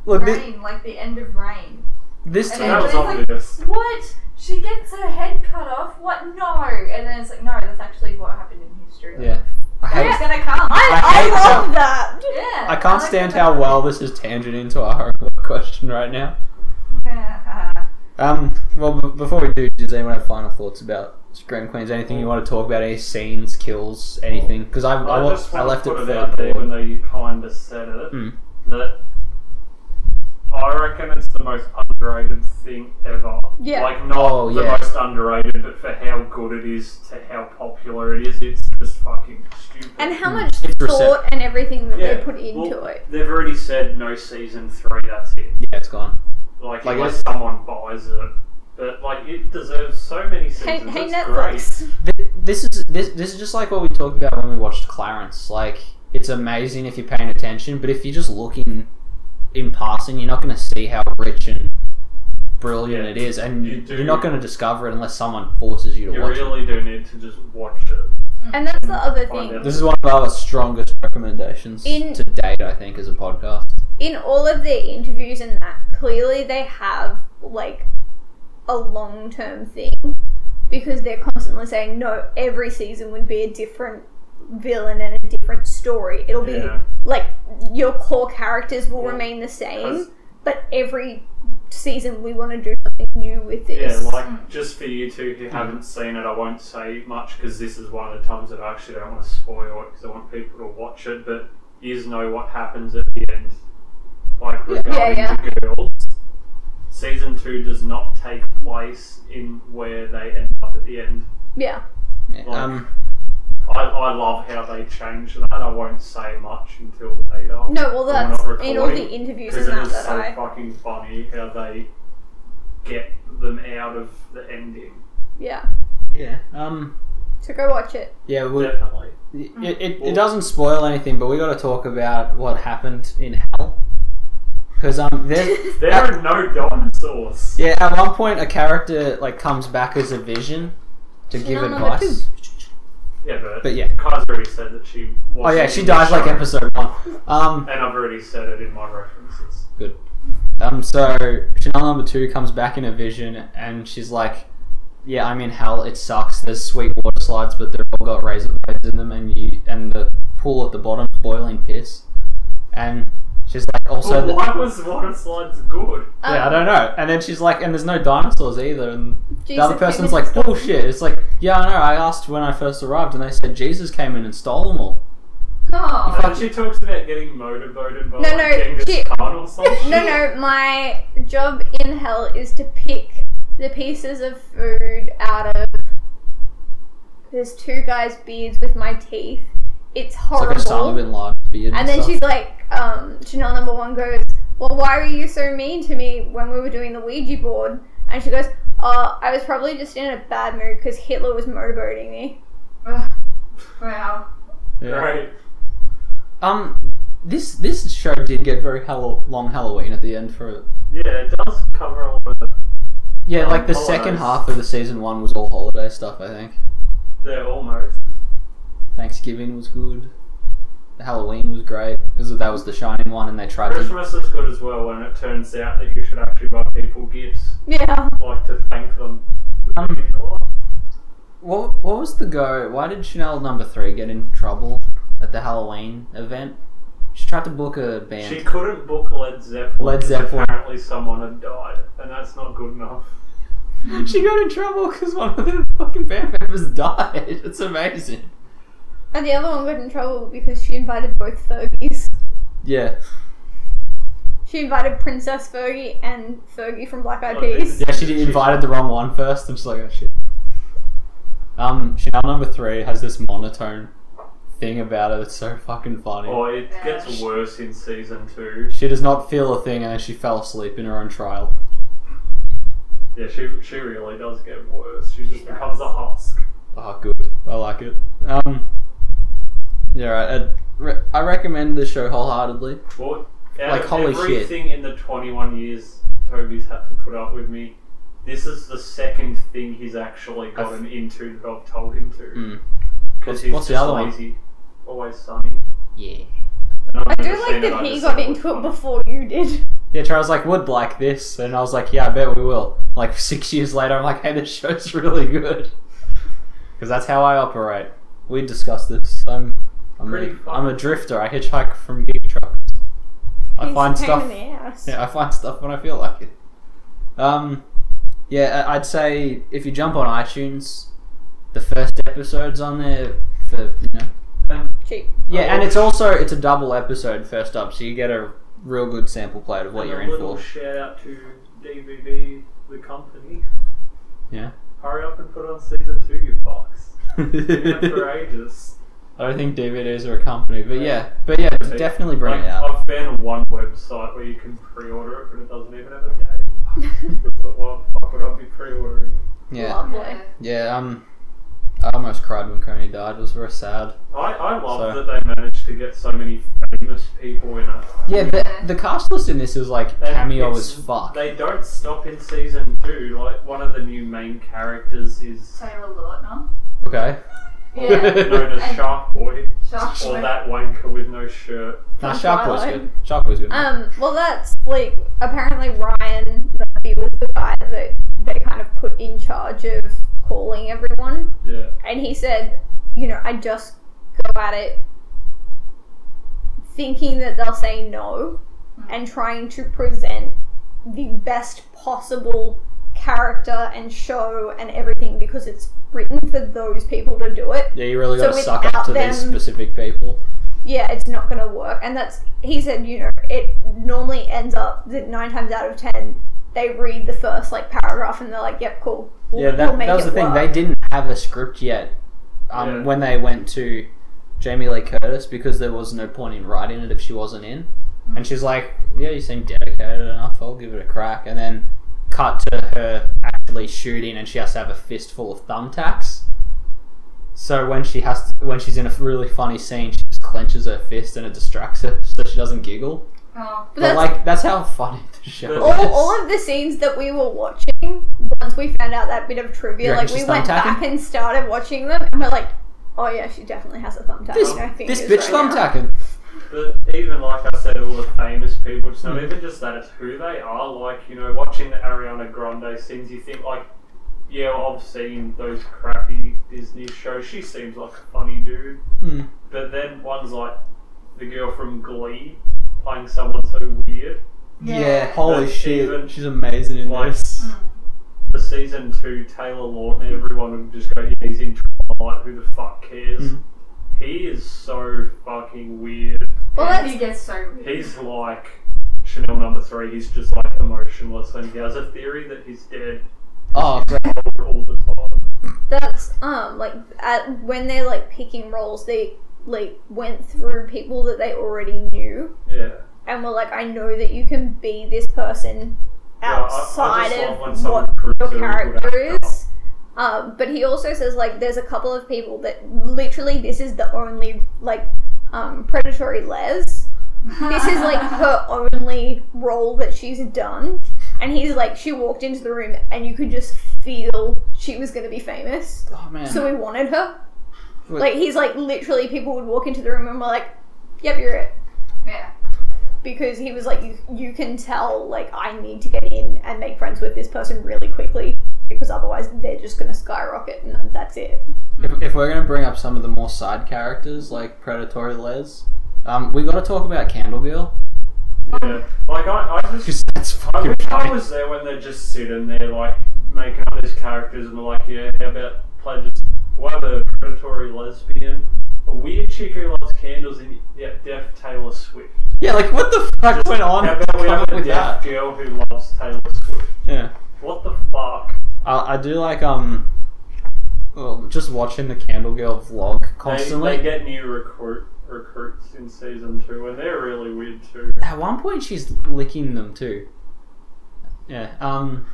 Speaker 3: Look, thi-
Speaker 6: rain, like the end of rain.
Speaker 3: this
Speaker 6: And
Speaker 5: That
Speaker 3: time,
Speaker 5: was obvious.
Speaker 6: What? She gets her head cut off? What? No! And then it's like, no, that's actually what happened in history.
Speaker 3: yeah, I
Speaker 6: Like,
Speaker 3: hate,
Speaker 6: It's gonna come.
Speaker 4: I,
Speaker 3: I
Speaker 4: I,
Speaker 3: hate
Speaker 4: love
Speaker 3: some-
Speaker 4: that.
Speaker 6: yeah.
Speaker 3: I can't
Speaker 6: oh, like
Speaker 3: stand
Speaker 6: that.
Speaker 3: how well this is tangent into our homework question right now. Um, well, b- before we do, does anyone have final thoughts about Scream Queens? Anything you want to talk about? Any scenes, kills, anything? Because I, I,
Speaker 5: I
Speaker 3: wa-
Speaker 5: just
Speaker 3: I
Speaker 5: want
Speaker 3: left
Speaker 5: to
Speaker 3: it
Speaker 5: put
Speaker 3: for
Speaker 5: it out there, even
Speaker 3: the
Speaker 5: though you kind of said it,
Speaker 3: Mm.
Speaker 5: that I reckon it's the most underrated thing ever.
Speaker 4: Yeah.
Speaker 5: Like, not
Speaker 3: Oh,
Speaker 5: the
Speaker 3: yeah.
Speaker 5: most underrated, but for how good it is to how popular it is, it's just fucking stupid.
Speaker 4: And how much
Speaker 3: It's
Speaker 4: thought
Speaker 3: receptive.
Speaker 4: and everything that
Speaker 5: Mm. Yeah,
Speaker 4: they put into
Speaker 5: well,
Speaker 4: it.
Speaker 5: They've already said no season three, that's it.
Speaker 3: yeah, it's gone.
Speaker 5: Like,
Speaker 3: Like,
Speaker 5: unless someone buys it. But, like, it deserves so many
Speaker 4: Hey,
Speaker 5: seasons.
Speaker 4: hey
Speaker 5: it's
Speaker 4: Netflix.
Speaker 3: Th- This is this, this is just like what we talked about when we watched Clarence. Like, it's amazing if you're paying attention, but if you're just looking in passing, you're not going to see how rich and brilliant
Speaker 5: Yeah,
Speaker 3: it is, and
Speaker 5: you
Speaker 3: you
Speaker 5: do-
Speaker 3: are not going to discover it unless someone forces you to
Speaker 5: Great. You
Speaker 3: watch it.
Speaker 5: really do need to just watch it.
Speaker 4: And that's the other
Speaker 5: Find
Speaker 4: thing.
Speaker 5: out.
Speaker 3: This is one of our strongest recommendations
Speaker 4: In-
Speaker 3: to date, I think, as a podcast.
Speaker 4: in all of their interviews and that, clearly they have like a long term thing because they're constantly saying, no, every season would be a different villain and a different story. It'll be
Speaker 5: Yeah.
Speaker 4: like your core characters will
Speaker 5: Yeah.
Speaker 4: remain the same,
Speaker 5: 'Cause-
Speaker 4: but every season we want to do something new with
Speaker 5: Yeah,
Speaker 4: this.
Speaker 5: like just for you two who haven't seen it, I won't say much because this is one of the times that I actually don't want to spoil it because I want people to watch it. But you just know what happens at the end, like regarding
Speaker 4: yeah.
Speaker 5: the girls. Season two does not take place in where they end up at the end.
Speaker 4: yeah.
Speaker 5: Like-
Speaker 3: Um,
Speaker 5: I, I love how they change that. I won't say much until later.
Speaker 4: No, well,
Speaker 5: We're
Speaker 4: that's
Speaker 5: not
Speaker 4: in all the
Speaker 5: recording,
Speaker 4: interviews
Speaker 5: Because
Speaker 4: and
Speaker 5: it
Speaker 4: that
Speaker 5: is
Speaker 4: that
Speaker 5: so
Speaker 4: I.
Speaker 5: fucking funny how they get them out of the ending.
Speaker 4: Yeah.
Speaker 3: yeah. Um,
Speaker 4: So go watch it.
Speaker 3: yeah. We, it,
Speaker 5: Definitely.
Speaker 3: it, it doesn't spoil anything, but we got to talk about what happened in hell. Because um, there's,
Speaker 5: There are no dinosaurs.
Speaker 3: yeah, at one point a character like comes back as a vision to
Speaker 4: She's
Speaker 3: give
Speaker 4: on number
Speaker 3: advice.
Speaker 5: Yeah, but,
Speaker 3: But yeah.
Speaker 5: Kai's already said that she.
Speaker 3: Oh
Speaker 5: wasn't
Speaker 3: yeah, she
Speaker 5: in the
Speaker 3: dies like
Speaker 5: show.
Speaker 3: episode one. Um,
Speaker 5: And I've already said it in my references.
Speaker 3: Um, so Chanel number two comes back in a vision, and she's like, "Yeah, I'm in hell. It sucks. There's sweet water slides, but they've all got razor blades in them, and you and the pool at the bottom's boiling piss." And She's like, also,
Speaker 5: Well,
Speaker 3: the,
Speaker 5: why was water slides good?
Speaker 4: Um,
Speaker 3: yeah, I don't know. And then she's like, and there's no dinosaurs either. And the
Speaker 4: Jesus
Speaker 3: other person's
Speaker 4: Christ.
Speaker 3: like, "Oh, bullshit. It's like, yeah, I know. I asked when I first arrived, and they said Jesus came in and stole them all.
Speaker 6: Oh,
Speaker 5: Like she talks about getting motorboated by
Speaker 4: No,
Speaker 5: like,
Speaker 4: no,
Speaker 5: Genghis
Speaker 4: she-
Speaker 5: Khan or something.
Speaker 4: No, no, my job in hell is to pick the pieces of food out of. There's two guys' beards with my teeth. It's horrible.
Speaker 3: It's like Osama bin Laden beard.
Speaker 4: and then
Speaker 3: stuff.
Speaker 4: she's like, um, Chanel number one goes, Well, why were you so mean to me when we were doing the Ouija board? And she goes, uh, I was probably just in a bad mood because Hitler was motorboating me.
Speaker 6: wow.
Speaker 3: Yeah.
Speaker 5: Right.
Speaker 3: Um, this this show did get very Hall- long Halloween at the end for it.
Speaker 5: Yeah, it does cover a lot of
Speaker 3: Yeah,
Speaker 5: Um,
Speaker 3: like the
Speaker 5: holidays.
Speaker 3: second half of the season one was all holiday stuff. I think
Speaker 5: there almost.
Speaker 3: Thanksgiving was good. The Halloween was great because that was the shining one, and they tried to.
Speaker 5: Christmas is good as well when it turns out that you should actually buy people gifts,
Speaker 4: Yeah.
Speaker 5: like to thank them for
Speaker 3: Um,
Speaker 5: being alive.
Speaker 3: What what was the go? Why did Chanel number three get in trouble at the Halloween event? She tried to book a band.
Speaker 5: She couldn't book Led Zeppelin.
Speaker 3: Led
Speaker 5: 'cause
Speaker 3: Zeppelin.
Speaker 5: Apparently, someone had died, and that's not good enough.
Speaker 3: she got in trouble because one of the fucking band members died. It's amazing.
Speaker 4: And the other one got in trouble because she invited both Fergies.
Speaker 3: Yeah.
Speaker 4: She invited Princess Fergie and Fergie from Black Eyed
Speaker 5: Oh, they
Speaker 4: Peas.
Speaker 5: did.
Speaker 3: Yeah, she did- invited the wrong one first, and she's like, oh shit. Um, Chanel number three has this monotone thing about it that's so fucking funny.
Speaker 5: Or it gets worse in season two.
Speaker 3: She does not feel a thing and then she fell asleep in her own trial.
Speaker 5: Yeah, she she really does get worse. She just becomes a husk.
Speaker 3: Ah, good. I like it. Um, yeah, right. I'd re- I recommend this show wholeheartedly.
Speaker 5: Well, out
Speaker 3: Like,
Speaker 5: of
Speaker 3: holy shit.
Speaker 5: everything in the 21 years Toby's had to put up with me, this is the second thing he's actually gotten into that I've told him to.
Speaker 3: Mm.
Speaker 5: Because
Speaker 3: What's-
Speaker 5: he's
Speaker 3: what's the
Speaker 5: just
Speaker 3: other one?
Speaker 5: lazy, always sunny.
Speaker 3: Yeah.
Speaker 5: And I've
Speaker 4: I do
Speaker 5: never seen
Speaker 4: like that
Speaker 5: I
Speaker 4: he
Speaker 5: just
Speaker 4: got
Speaker 5: thought
Speaker 4: into
Speaker 5: was
Speaker 4: it
Speaker 5: funny.
Speaker 4: before you did.
Speaker 3: Yeah, Charles like would like this, and I was like, yeah, I bet we will. Like six years later, I'm like, hey, this show's really good, because that's how I operate. We discussed this. I'm, I'm,
Speaker 5: Pretty
Speaker 3: a,
Speaker 5: fun.
Speaker 3: I'm a drifter. I hitchhike from gig trucks. I
Speaker 4: He's
Speaker 3: find
Speaker 4: a pain
Speaker 3: stuff.
Speaker 4: in the ass.
Speaker 3: Yeah, I find stuff when I feel like it. Um, yeah, I- I'd say if you jump on iTunes, the first episode's on there for you know.
Speaker 4: Cheap.
Speaker 3: Yeah, and it's also it's a double episode first up, so you get a real good sample plate of what
Speaker 5: And
Speaker 3: you're
Speaker 5: a
Speaker 3: in
Speaker 5: little
Speaker 3: for.
Speaker 5: shout out to DVB, the company.
Speaker 3: Yeah.
Speaker 5: Hurry up and put on season two, you fox. Been out for ages.
Speaker 3: I don't think DVDs are a company, but yeah, but yeah,
Speaker 5: Like,
Speaker 3: definitely bring
Speaker 5: like,
Speaker 3: it out.
Speaker 5: I've found one website where you can pre-order it, but it doesn't even have a date. But why the fuck would I be pre-ordering? it?
Speaker 3: Yeah,
Speaker 4: Lovely.
Speaker 3: yeah. Um, I almost cried when Coney died. It was very sad.
Speaker 5: I, I love
Speaker 3: So-
Speaker 5: that they managed to get so many famous people in it.
Speaker 3: Yeah,
Speaker 6: Yeah.
Speaker 3: but the cast list in this is like
Speaker 5: They-
Speaker 3: cameo as
Speaker 5: it's-
Speaker 3: fuck.
Speaker 5: They don't stop in season two. Like one of the new main characters is
Speaker 6: Taylor Lautner.
Speaker 3: Okay,
Speaker 6: Yeah.
Speaker 5: known as
Speaker 6: And-
Speaker 5: Shark Boy,
Speaker 6: Shark
Speaker 5: or
Speaker 6: Boy.
Speaker 5: that wanker with no shirt.
Speaker 3: now
Speaker 4: From
Speaker 3: Shark was
Speaker 4: Twilight.
Speaker 3: good. Shark was good.
Speaker 4: Um, well, that's like apparently Ryan Murphy was the guy that they kind of put in charge of calling everyone,
Speaker 5: Yeah.
Speaker 4: and he said, you know, I just go at it thinking that they'll say no and trying to present the best possible character and show and everything because it's written for those people to do it.
Speaker 3: yeah, you really
Speaker 4: so
Speaker 3: got to suck up
Speaker 4: without
Speaker 3: to these
Speaker 4: them-
Speaker 3: specific people.
Speaker 4: yeah, it's not going to work. And that's, he said, you know, it normally ends up that nine times out of ten, they read the first like paragraph and they're like, yep, cool. We'll,
Speaker 3: Yeah,
Speaker 4: we'll
Speaker 3: that,
Speaker 4: make
Speaker 3: that was
Speaker 4: it
Speaker 3: the thing.
Speaker 4: work."
Speaker 3: They didn't have a script yet um,
Speaker 5: Yeah.
Speaker 3: when they went to Jamie Lee Curtis because there was no point in writing it if she wasn't in. And she's like, "Yeah, you seem dedicated enough. I'll give it a crack." And then cut to her actually shooting, and she has to have a fistful of thumbtacks. So when she has to, when she's in a really funny scene, she just clenches her fist and it distracts her, so she doesn't giggle.
Speaker 6: Oh,
Speaker 4: But
Speaker 3: But,
Speaker 4: that's-
Speaker 3: like that's how funny the show
Speaker 5: But-
Speaker 3: is.
Speaker 4: all, all of the scenes that we were watching, once we found out that bit of trivia,
Speaker 3: You reckon
Speaker 4: like we
Speaker 3: she's
Speaker 4: went
Speaker 3: thumbtacking?
Speaker 4: back and started watching them and we're like, oh yeah, she definitely has a thumbtack.
Speaker 3: This-
Speaker 4: in her fingers
Speaker 3: this bitch
Speaker 4: right now."
Speaker 3: thumbtacking.
Speaker 5: But even like I said, all the famous people, it's
Speaker 3: Hmm.
Speaker 5: not even just that, it's who they are. Like, you know, watching the Ariana Grande scenes, you think, like, yeah, well, I've seen those crappy Disney shows. She seems like a funny dude.
Speaker 3: Mm.
Speaker 5: But then ones like the girl from Glee, playing someone so weird.
Speaker 3: Yeah,
Speaker 6: Yeah.
Speaker 3: holy
Speaker 5: That's
Speaker 3: shit.
Speaker 5: even-
Speaker 3: She's amazing in
Speaker 5: Like-
Speaker 3: this.
Speaker 6: Mm.
Speaker 5: For season two, Taylor Lautner, everyone would just go, yeah, he's in Twilight, who the fuck cares?
Speaker 3: Mm.
Speaker 5: He is so fucking weird.
Speaker 4: Well,
Speaker 6: And
Speaker 4: that's
Speaker 6: he gets so weird.
Speaker 5: He's like Chanel number three, he's just like emotionless and he has a theory that he's dead
Speaker 3: Oh, great.
Speaker 5: all the time.
Speaker 4: that's um like at, when they're like picking roles, they like went through people that they already knew
Speaker 5: Yeah.
Speaker 4: and were like, I know that you can be this person
Speaker 5: Yeah, I- I
Speaker 4: outside
Speaker 5: just love when
Speaker 4: of
Speaker 5: someone
Speaker 4: what
Speaker 5: proves
Speaker 4: your
Speaker 5: they're a good
Speaker 4: character
Speaker 5: actor.
Speaker 4: is. Um, but he also says like there's a couple of people that literally this is the only like um, predatory Les. This is like her only role that she's done, and he's like she walked into the room and you could just feel she was gonna be famous,
Speaker 3: Oh, man.
Speaker 4: so we wanted her.
Speaker 3: Wait.
Speaker 4: Like he's like literally people would walk into the room and were like, "Yep, you're it."
Speaker 6: yeah.
Speaker 4: because he was like, you, you can tell, like, I need to get in and make friends with this person really quickly because otherwise they're just going to skyrocket and that's it.
Speaker 3: If, if we're going to bring up some of the more side characters, like Predatory Les, um, we got to talk about Candle Girl.
Speaker 5: Yeah. Like, I, I just.
Speaker 3: Because that's
Speaker 5: I
Speaker 3: fucking
Speaker 5: wish I
Speaker 3: funny.
Speaker 5: was there when they're just sitting there, like, making up these characters and they're like, yeah, how about play this? What a predatory lesbian? A weird chick who loves candles and yeah, deaf Taylor Swift.
Speaker 3: Yeah, like, what the fuck
Speaker 5: Just
Speaker 3: went on
Speaker 5: How about we
Speaker 3: come
Speaker 5: have
Speaker 3: up
Speaker 5: a
Speaker 3: with
Speaker 5: deaf
Speaker 3: that?
Speaker 5: girl who loves Taylor Swift?
Speaker 3: Yeah.
Speaker 5: What the fuck?
Speaker 3: I, I do like, um, well, just watching the Candle Girl vlog
Speaker 5: They,
Speaker 3: constantly.
Speaker 5: they get new recruit recruits in season two, and they're really weird too.
Speaker 3: At one point, she's licking them too. Yeah. Um.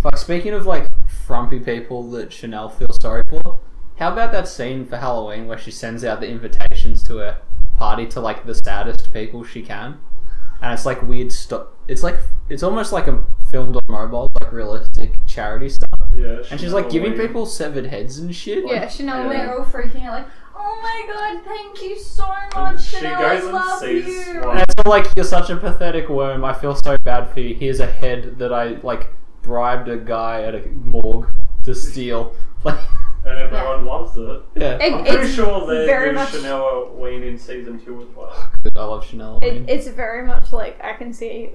Speaker 3: Fuck. Speaking of like frumpy people that Chanel feels sorry for, how about that scene for Halloween where she sends out the invitations to her party to like the saddest people she can, and it's like weird stuff. It's like it's almost like a filmed on mobile, like realistic charity stuff,
Speaker 5: Yeah,
Speaker 3: and she's like giving
Speaker 5: weird.
Speaker 3: people severed heads and shit.
Speaker 4: Yeah,
Speaker 5: Yeah.
Speaker 4: Chanel
Speaker 6: We're all freaking out, like, oh my god, thank you so much.
Speaker 5: she
Speaker 6: Chanel,
Speaker 5: goes
Speaker 6: I
Speaker 5: and
Speaker 6: love
Speaker 5: sees
Speaker 6: you.
Speaker 5: one.
Speaker 3: And it's all like, you're such a pathetic worm. I feel so bad for you. Here's a head that I like bribed a guy at a morgue to steal. Like,
Speaker 5: and everyone loves it.
Speaker 3: yeah,
Speaker 5: I'm pretty
Speaker 4: it's
Speaker 5: sure they
Speaker 4: very
Speaker 5: do
Speaker 4: much-
Speaker 5: Chanel Wayne in season two as well.
Speaker 3: I love Chanel. I mean.
Speaker 4: It, it's very much like I can see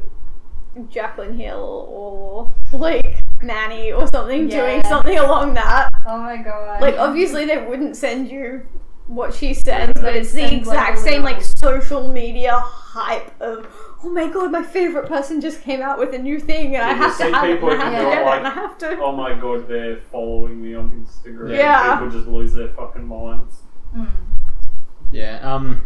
Speaker 4: Jacqueline Hill or like Manny or something doing
Speaker 6: Yeah.
Speaker 4: something along that.
Speaker 6: Oh my god.
Speaker 4: Like, obviously, they wouldn't send you what she sends,
Speaker 5: Yeah.
Speaker 4: but it's the
Speaker 6: Send
Speaker 4: exact
Speaker 6: like a
Speaker 4: same, like,
Speaker 6: little-
Speaker 4: social media hype of, oh my god, my favorite person just came out with a new thing, and I
Speaker 5: You
Speaker 4: have to
Speaker 5: see
Speaker 4: have it,
Speaker 5: people
Speaker 4: and I
Speaker 5: who
Speaker 4: have to
Speaker 5: are
Speaker 4: get it,
Speaker 5: like-
Speaker 4: and I have to.
Speaker 5: Oh my god, they're following me on Instagram.
Speaker 4: Yeah.
Speaker 5: People just lose their fucking minds.
Speaker 6: Mm.
Speaker 3: yeah. Um.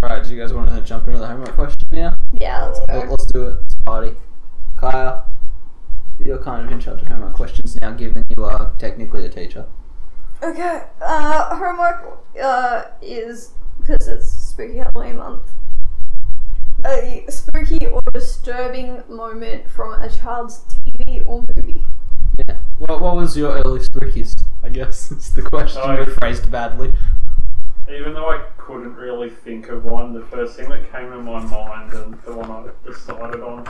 Speaker 3: Alright, do you guys want to jump into the homework question now?
Speaker 4: Yeah, let's
Speaker 3: Let-
Speaker 4: go.
Speaker 3: Let's do it. Let's party. Kyle, you're kind of in charge of homework questions now, given you are technically a teacher.
Speaker 4: Okay, uh, homework uh, is, because it's spooky Halloween month, a spooky or disturbing moment from a child's TV or movie.
Speaker 3: Yeah. What, what was your early spookies? I guess it's the question
Speaker 5: Oh.
Speaker 3: rephrased badly.
Speaker 5: Even though I couldn't really think of one, the first thing that came to my mind and the one I decided on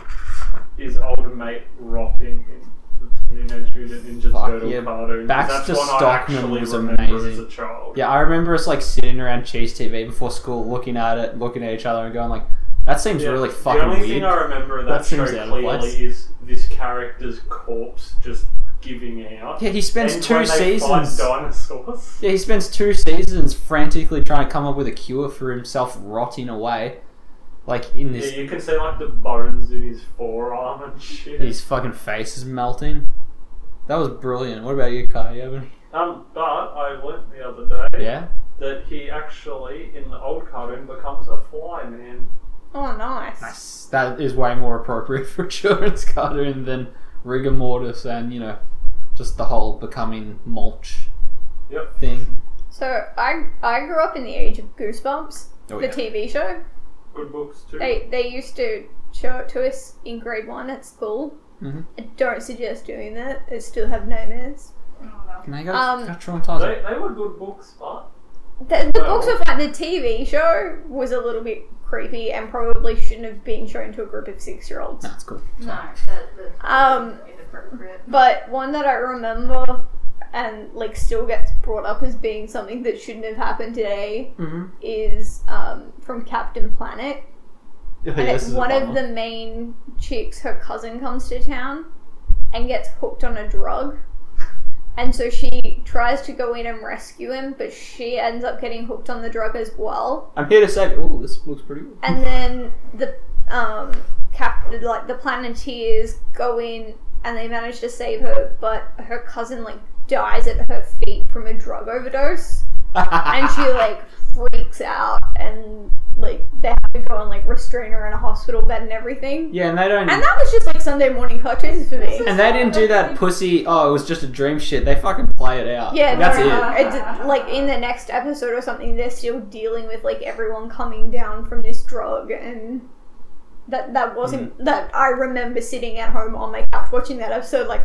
Speaker 5: is old mate rotting in the Teenage Mutant Ninja
Speaker 3: Fuck,
Speaker 5: Turtle
Speaker 3: yeah.
Speaker 5: cartoon. 'cause
Speaker 3: Baxter
Speaker 5: that's one
Speaker 3: Stockman
Speaker 5: I actually
Speaker 3: was
Speaker 5: remember as
Speaker 3: amazing.
Speaker 5: a child.
Speaker 3: Yeah, I remember us like sitting around Cheese TV before school, looking at it, looking at each other, and going like, "That seems
Speaker 5: Yeah,
Speaker 3: really
Speaker 5: The
Speaker 3: fucking
Speaker 5: only
Speaker 3: weird."
Speaker 5: thing I remember of
Speaker 3: That
Speaker 5: that, show
Speaker 3: seems out of
Speaker 5: clearly
Speaker 3: place.
Speaker 5: is this character's corpse just giving out.
Speaker 3: Yeah, he spends
Speaker 5: And
Speaker 3: two
Speaker 5: when they find
Speaker 3: seasons.
Speaker 5: dinosaurs.
Speaker 3: Yeah, he spends two seasons frantically trying to come up with a cure for himself rotting away, like in
Speaker 5: Yeah,
Speaker 3: this.
Speaker 5: you can see like the bones in his forearm and shit.
Speaker 3: His fucking face is melting. That was brilliant. What about you, Kai? You have any-
Speaker 5: Um, but I learnt the other day
Speaker 3: Yeah.
Speaker 5: that he actually, in the old cartoon, becomes a fly man.
Speaker 4: Oh, nice.
Speaker 3: Nice. That is way more appropriate for a children's cartoon than rigor mortis and you know, just the whole becoming mulch
Speaker 5: Yep.
Speaker 3: thing.
Speaker 4: So I I grew up in the age of Goosebumps,
Speaker 3: Oh,
Speaker 4: the
Speaker 3: yeah.
Speaker 4: TV show.
Speaker 5: Good books too.
Speaker 4: They they used to show it to us in grade one at school.
Speaker 3: Mhm.
Speaker 4: I don't suggest doing that. I still have nightmares.
Speaker 6: Oh,
Speaker 3: Can I go?
Speaker 4: Um,
Speaker 3: got traumatized.
Speaker 5: They, they were good books, but
Speaker 4: The, the
Speaker 5: Well-
Speaker 4: books were fine. The TV show was a little bit creepy and probably shouldn't have been shown to a group of six year olds.
Speaker 3: That's cool.
Speaker 6: no. No, that, that's
Speaker 4: Um,
Speaker 6: inappropriate.
Speaker 4: But one that I remember and like still gets brought up as being something that shouldn't have happened today
Speaker 3: Mm-hmm.
Speaker 4: is um, from Captain Planet. and it's one of the main chicks, her cousin comes to town and gets hooked on a drug. And so she tries to go in and rescue him, but she ends up getting hooked on the drug as well.
Speaker 3: I'm here to say, oh, this looks pretty good.
Speaker 4: And then the um, cap, like the Planeteers, go in and they manage to save her, but her cousin like dies at her feet from a drug overdose, and she like freaks out and like they have to go and like restrain her in a hospital bed and everything.
Speaker 3: yeah, and they don't.
Speaker 4: And that was just like Sunday morning cartoons for me.
Speaker 3: And they didn't do that pussy. Oh, it was just a dream shit. They fucking play it out.
Speaker 4: Yeah,
Speaker 3: that's
Speaker 4: no,
Speaker 3: it.
Speaker 4: I did- like in the next episode or something, they're still dealing with like everyone coming down from this drug, and that that wasn't
Speaker 3: Mm.
Speaker 4: that I remember sitting at home on my couch watching that episode, like,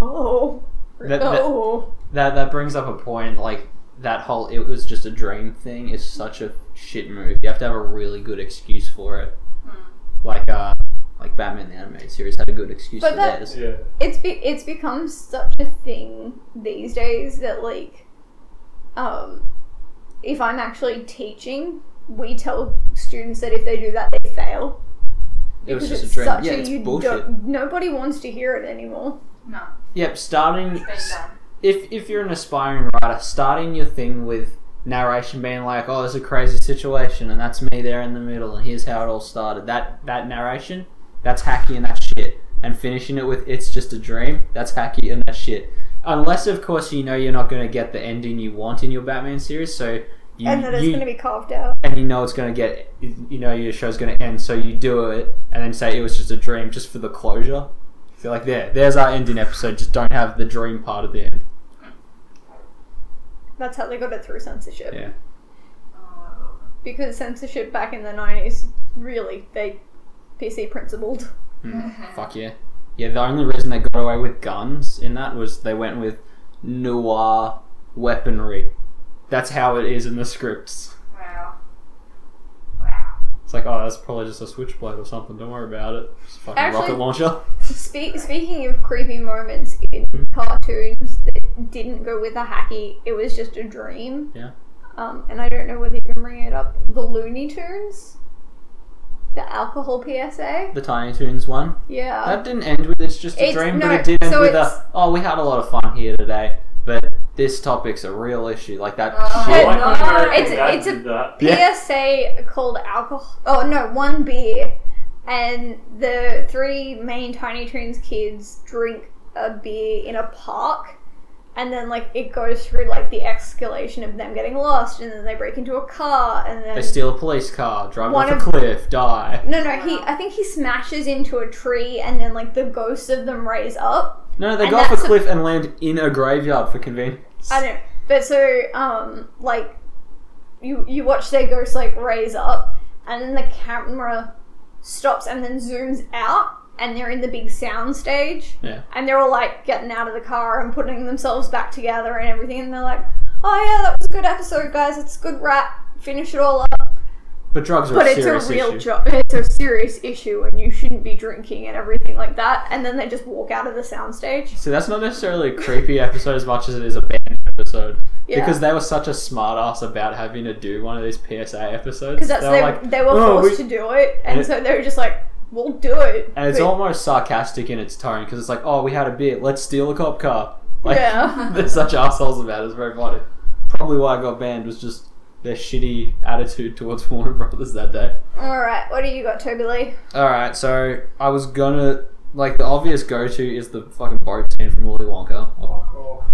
Speaker 4: oh,
Speaker 3: That- that-
Speaker 4: oh,
Speaker 3: That that brings up a point. Like that whole it was just a dream thing is such a shit move. You have to have a really good excuse for it.
Speaker 4: Mm.
Speaker 3: Like uh, like Batman the animated series had a good excuse
Speaker 4: But
Speaker 3: for
Speaker 4: that-
Speaker 3: theirs.
Speaker 5: Yeah.
Speaker 4: it's be- it's become such a thing these days that like, um, if I'm actually teaching, we tell students that if they do that, they fail.
Speaker 3: It was
Speaker 4: Because
Speaker 3: just a
Speaker 4: it's
Speaker 3: dream.
Speaker 4: such
Speaker 3: Yeah, it's
Speaker 4: you
Speaker 3: bullshit.
Speaker 4: don't- Nobody wants to hear it anymore.
Speaker 6: No.
Speaker 3: Yep, starting
Speaker 6: Been done.
Speaker 3: if if you're an aspiring writer, starting your thing with narration being like, "Oh, it's a crazy situation," and that's me there in the middle, and here's how it all started. That that narration, that's hacky and that's shit. And finishing it with "It's just a dream," that's hacky and that's shit. Unless, of course, you know you're not going to get the ending you want in your Batman series, so you
Speaker 4: and that it's
Speaker 3: you-
Speaker 4: going to be carved out.
Speaker 3: and you know it's going to get you know your show's going to end, so you do it and then say it was just a dream, just for the closure. Feel like there, there's our ending episode. Just don't have the dream part at the end.
Speaker 4: That's how they got it through censorship.
Speaker 3: Yeah.
Speaker 6: Oh.
Speaker 4: Because censorship back in the nineties, really, they PC principled.
Speaker 3: Fuck yeah. Yeah, the only reason they got away with guns in that was they went with noir weaponry. That's how it is in the scripts.
Speaker 6: Wow. Wow.
Speaker 3: It's like, oh, that's probably just a switchblade or something. Don't worry about it. It's a fucking
Speaker 4: Actually-
Speaker 3: rocket launcher.
Speaker 4: Spe- speaking of creepy moments in
Speaker 3: Mm-hmm.
Speaker 4: cartoons that didn't go with a hacky, it was just a dream.
Speaker 3: Yeah.
Speaker 4: Um, and I don't know whether you can bring it up. The Looney Tunes, the alcohol PSA.
Speaker 3: The Tiny Toons one.
Speaker 4: Yeah.
Speaker 3: That didn't end with it's just a
Speaker 4: It's-
Speaker 3: dream,
Speaker 4: no,
Speaker 3: but it did end
Speaker 4: so
Speaker 3: with
Speaker 4: it's-
Speaker 3: a oh, we had a lot of fun here today, but this topic's a real issue. Like that
Speaker 4: Uh,
Speaker 6: Oh,
Speaker 3: shit.
Speaker 5: Like
Speaker 6: no,
Speaker 5: when American
Speaker 4: it's-
Speaker 5: Dad
Speaker 4: it's a-
Speaker 5: did that.
Speaker 3: Yeah.
Speaker 4: PSA called alcohol. Oh no, one beer, and the three main Tiny Toons kids drink a beer in a park, and then like it goes through like the escalation of them getting lost, and then they break into a car, and then
Speaker 3: They steal a police car, drive
Speaker 4: One
Speaker 3: off a
Speaker 4: of-
Speaker 3: cliff, die.
Speaker 4: no, no, he I think he smashes into a tree, and then like the ghosts of them raise up.
Speaker 3: No, they
Speaker 4: And
Speaker 3: go off a
Speaker 4: that's a-
Speaker 3: cliff and land in a graveyard for convenience.
Speaker 4: I don't. But so um like you you watch their ghosts like raise up, and then the camera stops and then zooms out, and they're in the big sound stage.
Speaker 3: Yeah.
Speaker 4: And they're all like getting out of the car and putting themselves back together and everything, and they're like, "Oh yeah, that was a good episode, guys. It's a good wrap. Finish it all up."
Speaker 3: But drugs are
Speaker 4: But
Speaker 3: a
Speaker 4: it's a
Speaker 3: serious
Speaker 4: real
Speaker 3: issue.
Speaker 4: job. It's a serious issue, and you shouldn't be drinking and everything like that. And then they just walk out of the sound stage.
Speaker 3: so that's not necessarily a creepy episode as much as it is a banned episode
Speaker 4: Yeah.
Speaker 3: because they were such a smart ass about having to do one of these PSA episodes.
Speaker 4: Because that's
Speaker 3: they
Speaker 4: they they,
Speaker 3: were like,
Speaker 4: were
Speaker 3: "Oh,
Speaker 4: forced
Speaker 3: we-"
Speaker 4: to do it, and,
Speaker 3: And it-
Speaker 4: so they were just like, "We'll do it."
Speaker 3: and it's
Speaker 4: but-
Speaker 3: almost sarcastic in its tone because it's like, oh, we had a beer, let's steal a cop car. Like,
Speaker 4: yeah.
Speaker 3: they're such assholes about it. It's very funny. Probably why I got banned was just their shitty attitude towards Warner Brothers that day.
Speaker 4: All right, what do you got, Toby Lee?
Speaker 3: All right, so I was gonna like the obvious go-to is the fucking boat scene from Willy Wonka.
Speaker 5: Fuck off,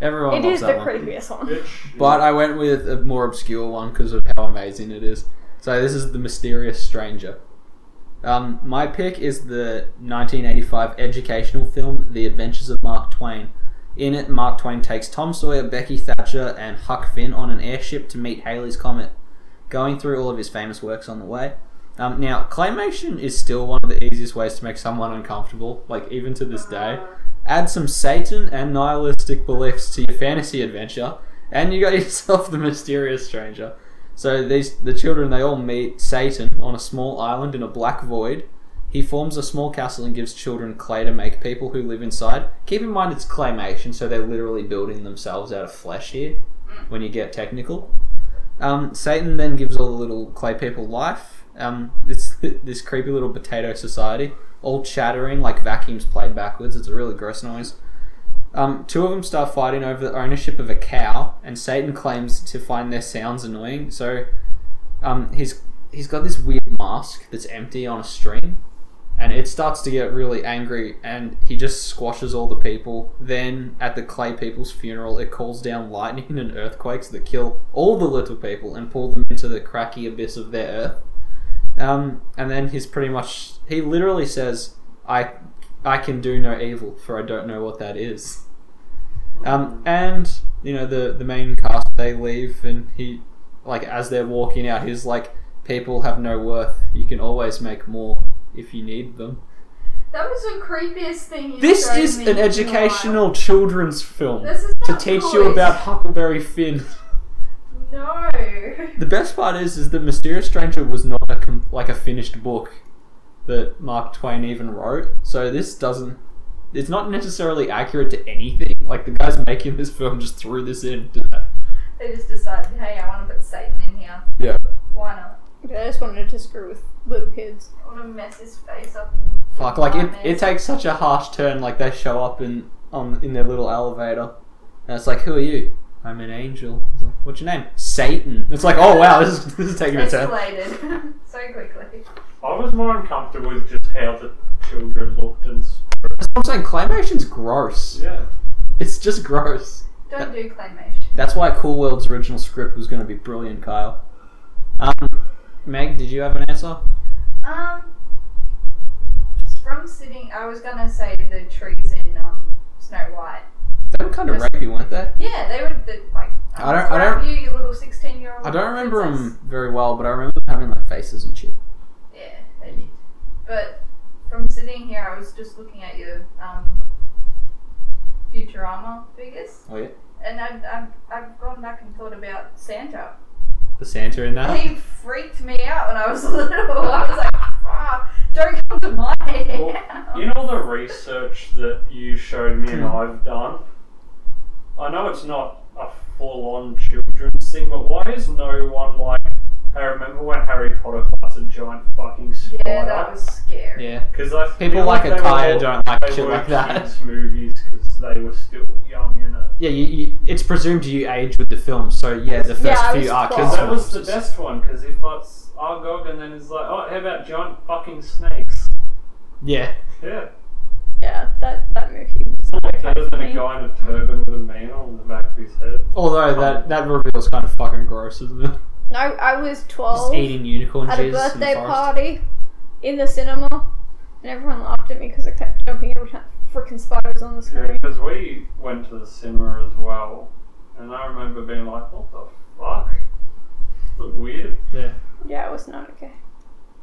Speaker 3: Everyone
Speaker 4: it
Speaker 3: loves
Speaker 4: is the
Speaker 3: that one.
Speaker 4: creepiest one.
Speaker 5: bitch.
Speaker 3: But I went with a more obscure one because of how amazing it is. So this is the mysterious stranger. Um, my pick is the 1985 educational film *The Adventures of Mark Twain*. In it, Mark Twain takes Tom Sawyer, Becky Thatcher, and Huck Finn on an airship to meet Halley's Comet, going through all of his famous works on the way. Um, now, claymation is still one of the easiest ways to make someone uncomfortable, like even to this day. Add some Satan and nihilistic beliefs to your fantasy adventure, and you got yourself the mysterious stranger. So these the children they all meet Satan on a small island in a black void. He forms a small castle and gives children clay to make people who live inside. Keep in mind it's claymation, so they're literally building themselves out of flesh here. When you get technical, um, Satan then gives all the little clay people life, Um, this this creepy little potato society, all chattering like vacuums played backwards. It's a really gross noise. Um, two of them start fighting over the ownership of a cow, and Satan claims to find their sounds annoying. So, um, he's he's got this weird mask that's empty on a string, and it starts to get really angry, and he just squashes all the people. Then at the clay people's funeral, it calls down lightning and earthquakes that kill all the little people and pull them into the cracky abyss of their earth. Um, and then he's pretty much he literally says, "I I can do no evil, for I don't know what that is." Um, and you know the the main cast they leave, and he like as they're walking out, he's like, "People have no worth. You can always make more if you need them."
Speaker 6: That was the creepiest thing you
Speaker 3: This
Speaker 6: showed
Speaker 3: is
Speaker 6: me
Speaker 3: an
Speaker 6: in a while.
Speaker 3: educational children's film
Speaker 6: This is
Speaker 3: to
Speaker 6: not
Speaker 3: teach
Speaker 6: good.
Speaker 3: you about Huckleberry Finn.
Speaker 6: No.
Speaker 3: The best part is, is the Mysterious Stranger was not a com- like a finished book that Mark Twain even wrote. So this doesn't. It's not necessarily accurate to anything. Like the guys making this film just threw this in. To that.
Speaker 6: They just decided, hey, I want to put Satan in here.
Speaker 3: Yeah.
Speaker 6: Why not?
Speaker 4: I just wanted to screw with little kids.
Speaker 6: I want to mess his face up. And
Speaker 3: Fuck! Like it, it takes such a harsh turn. Like they show up in on in their little elevator, and it's like, "Who are you?" I'm an angel. It's like, What's your name? Satan. It's like, oh wow, this is, this is taking a turn. Uh,
Speaker 6: escalated so quickly.
Speaker 5: I was more uncomfortable with just how the children looked and s-
Speaker 3: I'm saying claymation's gross.
Speaker 5: yeah.
Speaker 3: It's just gross.
Speaker 6: Don't do claymation.
Speaker 3: That's why Cool World's original script was going to be brilliant, Kyle. Um, Meg, did you have an answer?
Speaker 6: Um, from sitting, I was gonna say the trees in um, Snow White.
Speaker 3: They were kind of rapey, weren't they?
Speaker 6: Yeah, they were the like. um,
Speaker 3: I don't- I
Speaker 6: grab
Speaker 3: don't-
Speaker 6: You, you little sixteen-year-old.
Speaker 3: I don't remember
Speaker 6: princess.
Speaker 3: them very well, but I remember them having like faces and shit.
Speaker 6: Yeah, they did. But from sitting here, I was just looking at your um, Futurama figures,
Speaker 3: Oh yeah,
Speaker 6: and I've, I've, I've gone back and thought about Santa.
Speaker 3: the Santa in that.
Speaker 6: He freaked me out when I was little. I was like, ah, don't come to my house.
Speaker 5: In all the research that you showed me and I've done, I know it's not a full on children's thing, but why is no one like. I remember when Harry Potter fights a giant fucking spider?
Speaker 6: Yeah, that was scary.
Speaker 3: Yeah,
Speaker 5: Cause I feel
Speaker 3: people like
Speaker 5: they were
Speaker 3: Akaya
Speaker 5: all-
Speaker 3: don't like
Speaker 5: they
Speaker 3: shit
Speaker 5: were
Speaker 3: like that.
Speaker 5: Kids movies because they were still young in it.
Speaker 3: Yeah, you, you, it's presumed you age with the film, so yeah, the first
Speaker 4: Yeah, I was
Speaker 3: few are
Speaker 4: twelve.
Speaker 3: kids.
Speaker 5: That was the
Speaker 3: films.
Speaker 5: best one because he fights Argog and then he's like, oh, how about giant fucking snakes?
Speaker 3: Yeah,
Speaker 5: Yeah.
Speaker 4: Yeah, that that movie. Was
Speaker 5: Like,
Speaker 4: okay
Speaker 5: other
Speaker 4: for
Speaker 5: than a
Speaker 4: me.
Speaker 5: guy in a turban with a man on the back of his head.
Speaker 3: although
Speaker 4: Oh.
Speaker 3: that that reveal's kind of fucking gross, isn't it?
Speaker 4: No, I was
Speaker 3: Just
Speaker 4: twelve
Speaker 3: eating unicorn
Speaker 4: Oh. at a
Speaker 3: cheese in the
Speaker 4: birthday
Speaker 3: forest.
Speaker 4: party in the cinema, and everyone laughed at me because I kept jumping every time freaking spiders on the screen.
Speaker 5: Because we went to the cinema as well, and I remember being like, what the fuck? This is weird.
Speaker 3: Yeah.
Speaker 4: Yeah, it was not okay.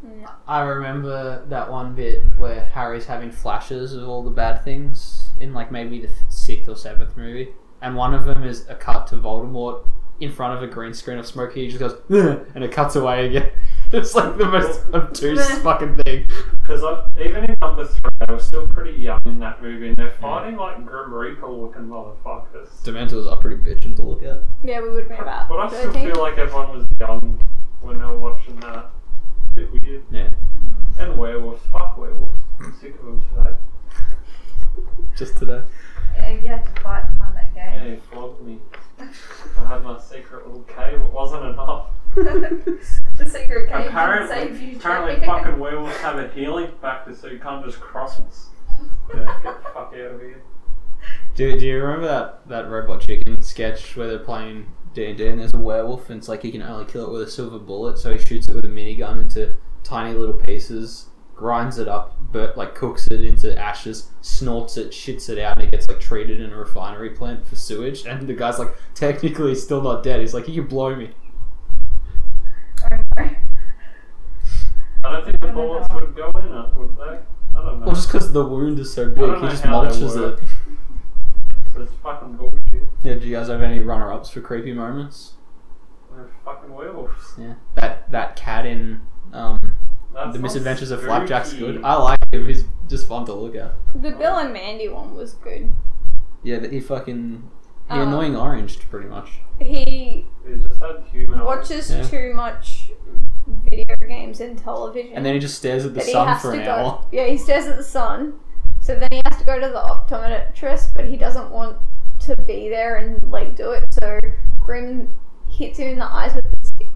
Speaker 4: Mm. No.
Speaker 3: I remember that one bit where Harry's having flashes of all the bad things in like maybe the sixth or seventh movie, and one of them is a cut to Voldemort in front of a green screen of smoke. He just goes "Ugh," and it cuts away again. It's like the most obtuse fucking thing.
Speaker 5: Because even in number three, I was still pretty young in that movie, and they're fighting like Grim Reaper looking motherfuckers.
Speaker 3: Dementors are pretty bitching to look at.
Speaker 4: Yeah, we would have been about
Speaker 5: But I still
Speaker 4: thirteen.
Speaker 5: feel like everyone was young when they were watching that. Bit weird.
Speaker 3: Yeah,
Speaker 5: And werewolves. Fuck werewolves. I'm sick of them today.
Speaker 3: just today.
Speaker 6: Yeah, you have to fight them on that
Speaker 5: Yeah,
Speaker 6: game.
Speaker 5: he flogged me. I had my secret little cave. It wasn't enough.
Speaker 6: the secret cave can save
Speaker 5: Apparently,
Speaker 6: you.
Speaker 5: apparently
Speaker 6: Jack.
Speaker 5: fucking werewolves have a healing factor, so you can't just cross us.
Speaker 3: Yeah.
Speaker 5: Get the fuck out of here.
Speaker 3: Do, do you remember that, that robot chicken sketch where they're playing D and D and there's a werewolf and it's like he can only kill it with a silver bullet, so he shoots it with a minigun into tiny little pieces, grinds it up, but like cooks it into ashes, snorts it, shits it out, and it gets like treated in a refinery plant for sewage. And the guy's like, technically, he's still not dead. He's like, you blow me.
Speaker 6: Oh, no.
Speaker 5: I don't think the bullets would go in it, would they? I don't know.
Speaker 3: Well, just because the wound is so big,
Speaker 5: don't
Speaker 3: he
Speaker 5: know
Speaker 3: just
Speaker 5: how that
Speaker 3: mulches it.
Speaker 5: works. It's fucking bullshit.
Speaker 3: Yeah, do you guys have any runner-ups for creepy moments?
Speaker 5: They're fucking werewolves.
Speaker 3: Yeah, that that cat in. Um,
Speaker 5: That's
Speaker 3: the
Speaker 5: not
Speaker 3: misadventures of
Speaker 5: spooky.
Speaker 3: Flapjack's good. I like him. He's just fun to look at.
Speaker 4: the Bill and Mandy one was good.
Speaker 3: Yeah, that he fucking The
Speaker 4: Um,
Speaker 3: annoying orange, pretty much.
Speaker 4: He
Speaker 5: It just had human.
Speaker 4: watches
Speaker 3: Yeah.
Speaker 4: too much video games and television.
Speaker 3: And then he just stares at the
Speaker 4: that he
Speaker 3: sun
Speaker 4: has
Speaker 3: for
Speaker 4: to
Speaker 3: an
Speaker 4: go.
Speaker 3: hour.
Speaker 4: Yeah, he stares at the sun. So then he has to go to the optometrist, but he doesn't want to be there and like do it. So Grim hits him in the eyes with the stick.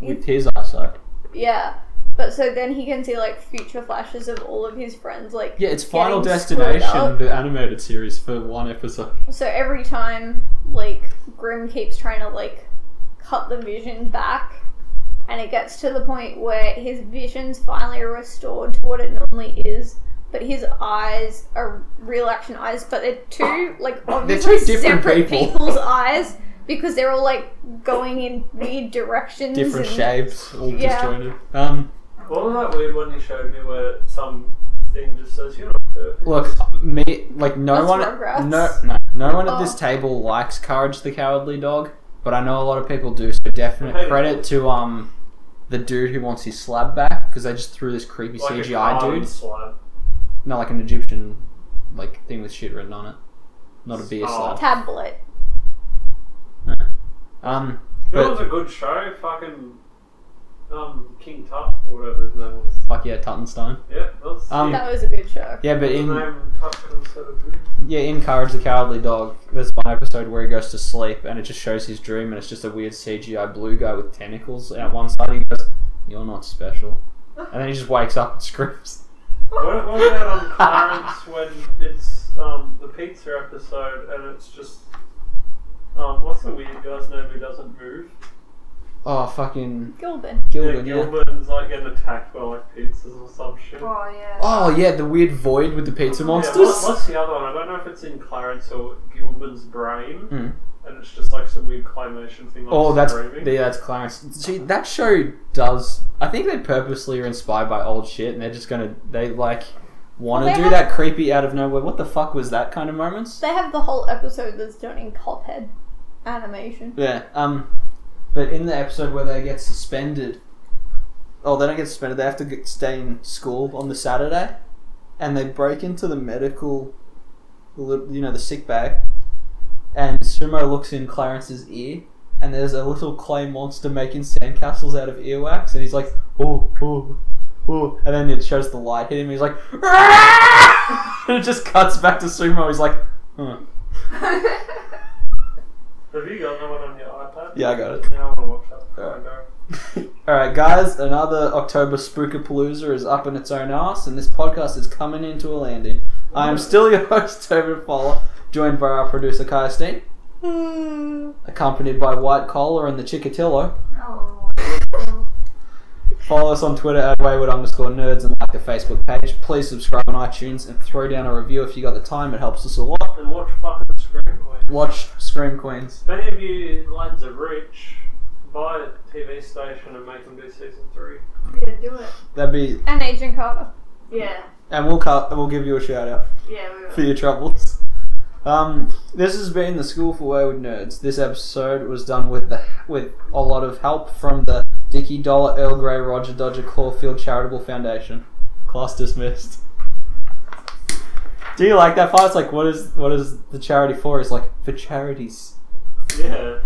Speaker 3: With his eyesight.
Speaker 4: Yeah. But so then he can see like future flashes of all of his friends like
Speaker 3: Yeah, it's Final
Speaker 4: Getting
Speaker 3: Destination,
Speaker 4: screwed
Speaker 3: the animated series, for one episode.
Speaker 4: So every time, like, Grim keeps trying to, like, cut the vision back, and it gets to the point where his vision's finally restored to what it normally is, but his eyes are real action eyes, but they're two, like, obviously
Speaker 3: two different
Speaker 4: separate
Speaker 3: people.
Speaker 4: people's eyes because they're all, like, going in weird directions.
Speaker 3: Different
Speaker 4: and-
Speaker 3: shapes, all
Speaker 4: Yeah.
Speaker 3: disjointed. Um,
Speaker 5: What was that weird one you showed me where some thing just says you're not perfect?
Speaker 3: look, me, like no
Speaker 4: That's
Speaker 3: one,
Speaker 4: Rugrats.
Speaker 3: no, no, no one at this
Speaker 4: Oh.
Speaker 3: table likes Courage the Cowardly Dog, but I know a lot of people do. So definite
Speaker 5: Hey.
Speaker 3: credit to um, the dude who wants his slab back because they just threw this creepy
Speaker 5: Like a
Speaker 3: CGI
Speaker 5: carbon
Speaker 3: dude.
Speaker 5: slab.
Speaker 3: No, like an Egyptian, like thing with shit written on it, not a beer
Speaker 5: Oh.
Speaker 3: slab.
Speaker 4: Tablet.
Speaker 3: Um,
Speaker 5: It
Speaker 3: But-
Speaker 5: was a good show. Fucking um, King Tut, or whatever his name was.
Speaker 3: fuck yeah, Tuttenstein.
Speaker 5: Yeah, that's
Speaker 3: Um,
Speaker 4: That was a good show.
Speaker 3: Yeah, but
Speaker 5: his
Speaker 3: in
Speaker 5: name. Tut instead of Grim.
Speaker 3: Yeah, in Courage the Cowardly Dog, there's one episode where he goes to sleep and it just shows his dream and it's just a weird CGI blue guy with tentacles and at one side he goes, You're not special. And then he just wakes up and screams.
Speaker 5: What, what about on Clarence when it's um, the pizza episode and it's just um, what's the weird guy's name who doesn't move?
Speaker 3: Oh, fucking
Speaker 4: Gilbin.
Speaker 5: Yeah,
Speaker 3: Gilbert, yeah.
Speaker 5: Gilman's like getting attacked by like pizzas or some shit.
Speaker 6: Oh yeah.
Speaker 3: Oh, yeah, the weird void with the pizza
Speaker 5: Yeah,
Speaker 3: monsters.
Speaker 5: what- what's the other one? I don't know if it's in Clarence or Gilman's brain,
Speaker 3: Hmm.
Speaker 5: and it's just like some weird claymation thing. Like
Speaker 3: Oh, that's
Speaker 5: screaming.
Speaker 3: yeah, that's Clarence. See, that show does. I think they purposely are inspired by old shit, and they're just gonna they like want to
Speaker 4: Well, they
Speaker 3: do that creepy out of nowhere. What the fuck was that kind of moments?
Speaker 4: They have the whole episode that's done in Cophead animation.
Speaker 3: Yeah. Um, but in the episode where they get suspended, oh, they don't get suspended. They have to get, stay in school on the Saturday, and they break into the medical, the lit- you know, the sick bag, and Sumo looks in Clarence's ear. And there's a little clay monster making sandcastles out of earwax, and he's like, oh, oh, oh. And then it shows the light hit him, and he's like, "Ah!" and it just cuts back to Sumo. He's like, "Hmm, huh.
Speaker 5: Have you got that one on your iPad?
Speaker 3: yeah, I got it.
Speaker 5: Now I want to watch that.
Speaker 3: Alright.
Speaker 5: Go.
Speaker 3: Alright, guys, another October Spookapalooza is up in its own ass, and this podcast is coming into a landing. I am still your host, David Fowler, joined by our producer, Kai Steen, accompanied by White Collar and the Chickatillo.
Speaker 6: Oh.
Speaker 3: Follow us on Twitter at wayward underscore nerds and like the Facebook page. Please subscribe on iTunes and throw down a review if you got the time, it helps us a lot.
Speaker 5: And watch fucking Scream.
Speaker 3: Watch Scream Queens.
Speaker 5: If any of you lads are rich, buy a TV station and make them do season three.
Speaker 6: Yeah, do it.
Speaker 3: That'd be,
Speaker 4: And Agent Carter.
Speaker 6: Yeah.
Speaker 3: and we'll, cut, we'll give you a shout out.
Speaker 6: Yeah, we
Speaker 3: for your troubles. Um, this has been the School for Wayward Nerds. This episode was done with the with a lot of help from the Dicky Dollar Earl Grey Roger Dodger Clawfield Charitable Foundation. Class dismissed. Do you like that part? It's like, what is what is the charity for? It's like for charities.
Speaker 5: Yeah.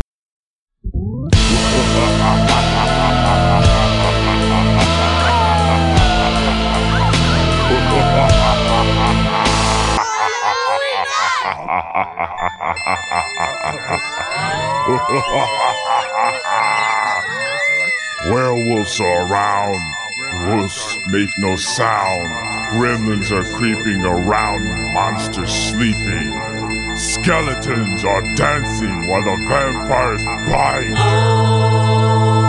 Speaker 2: Werewolves are around. Wolves make no sound. Gremlins are creeping around. Monsters sleeping. Skeletons are dancing while the vampires bite.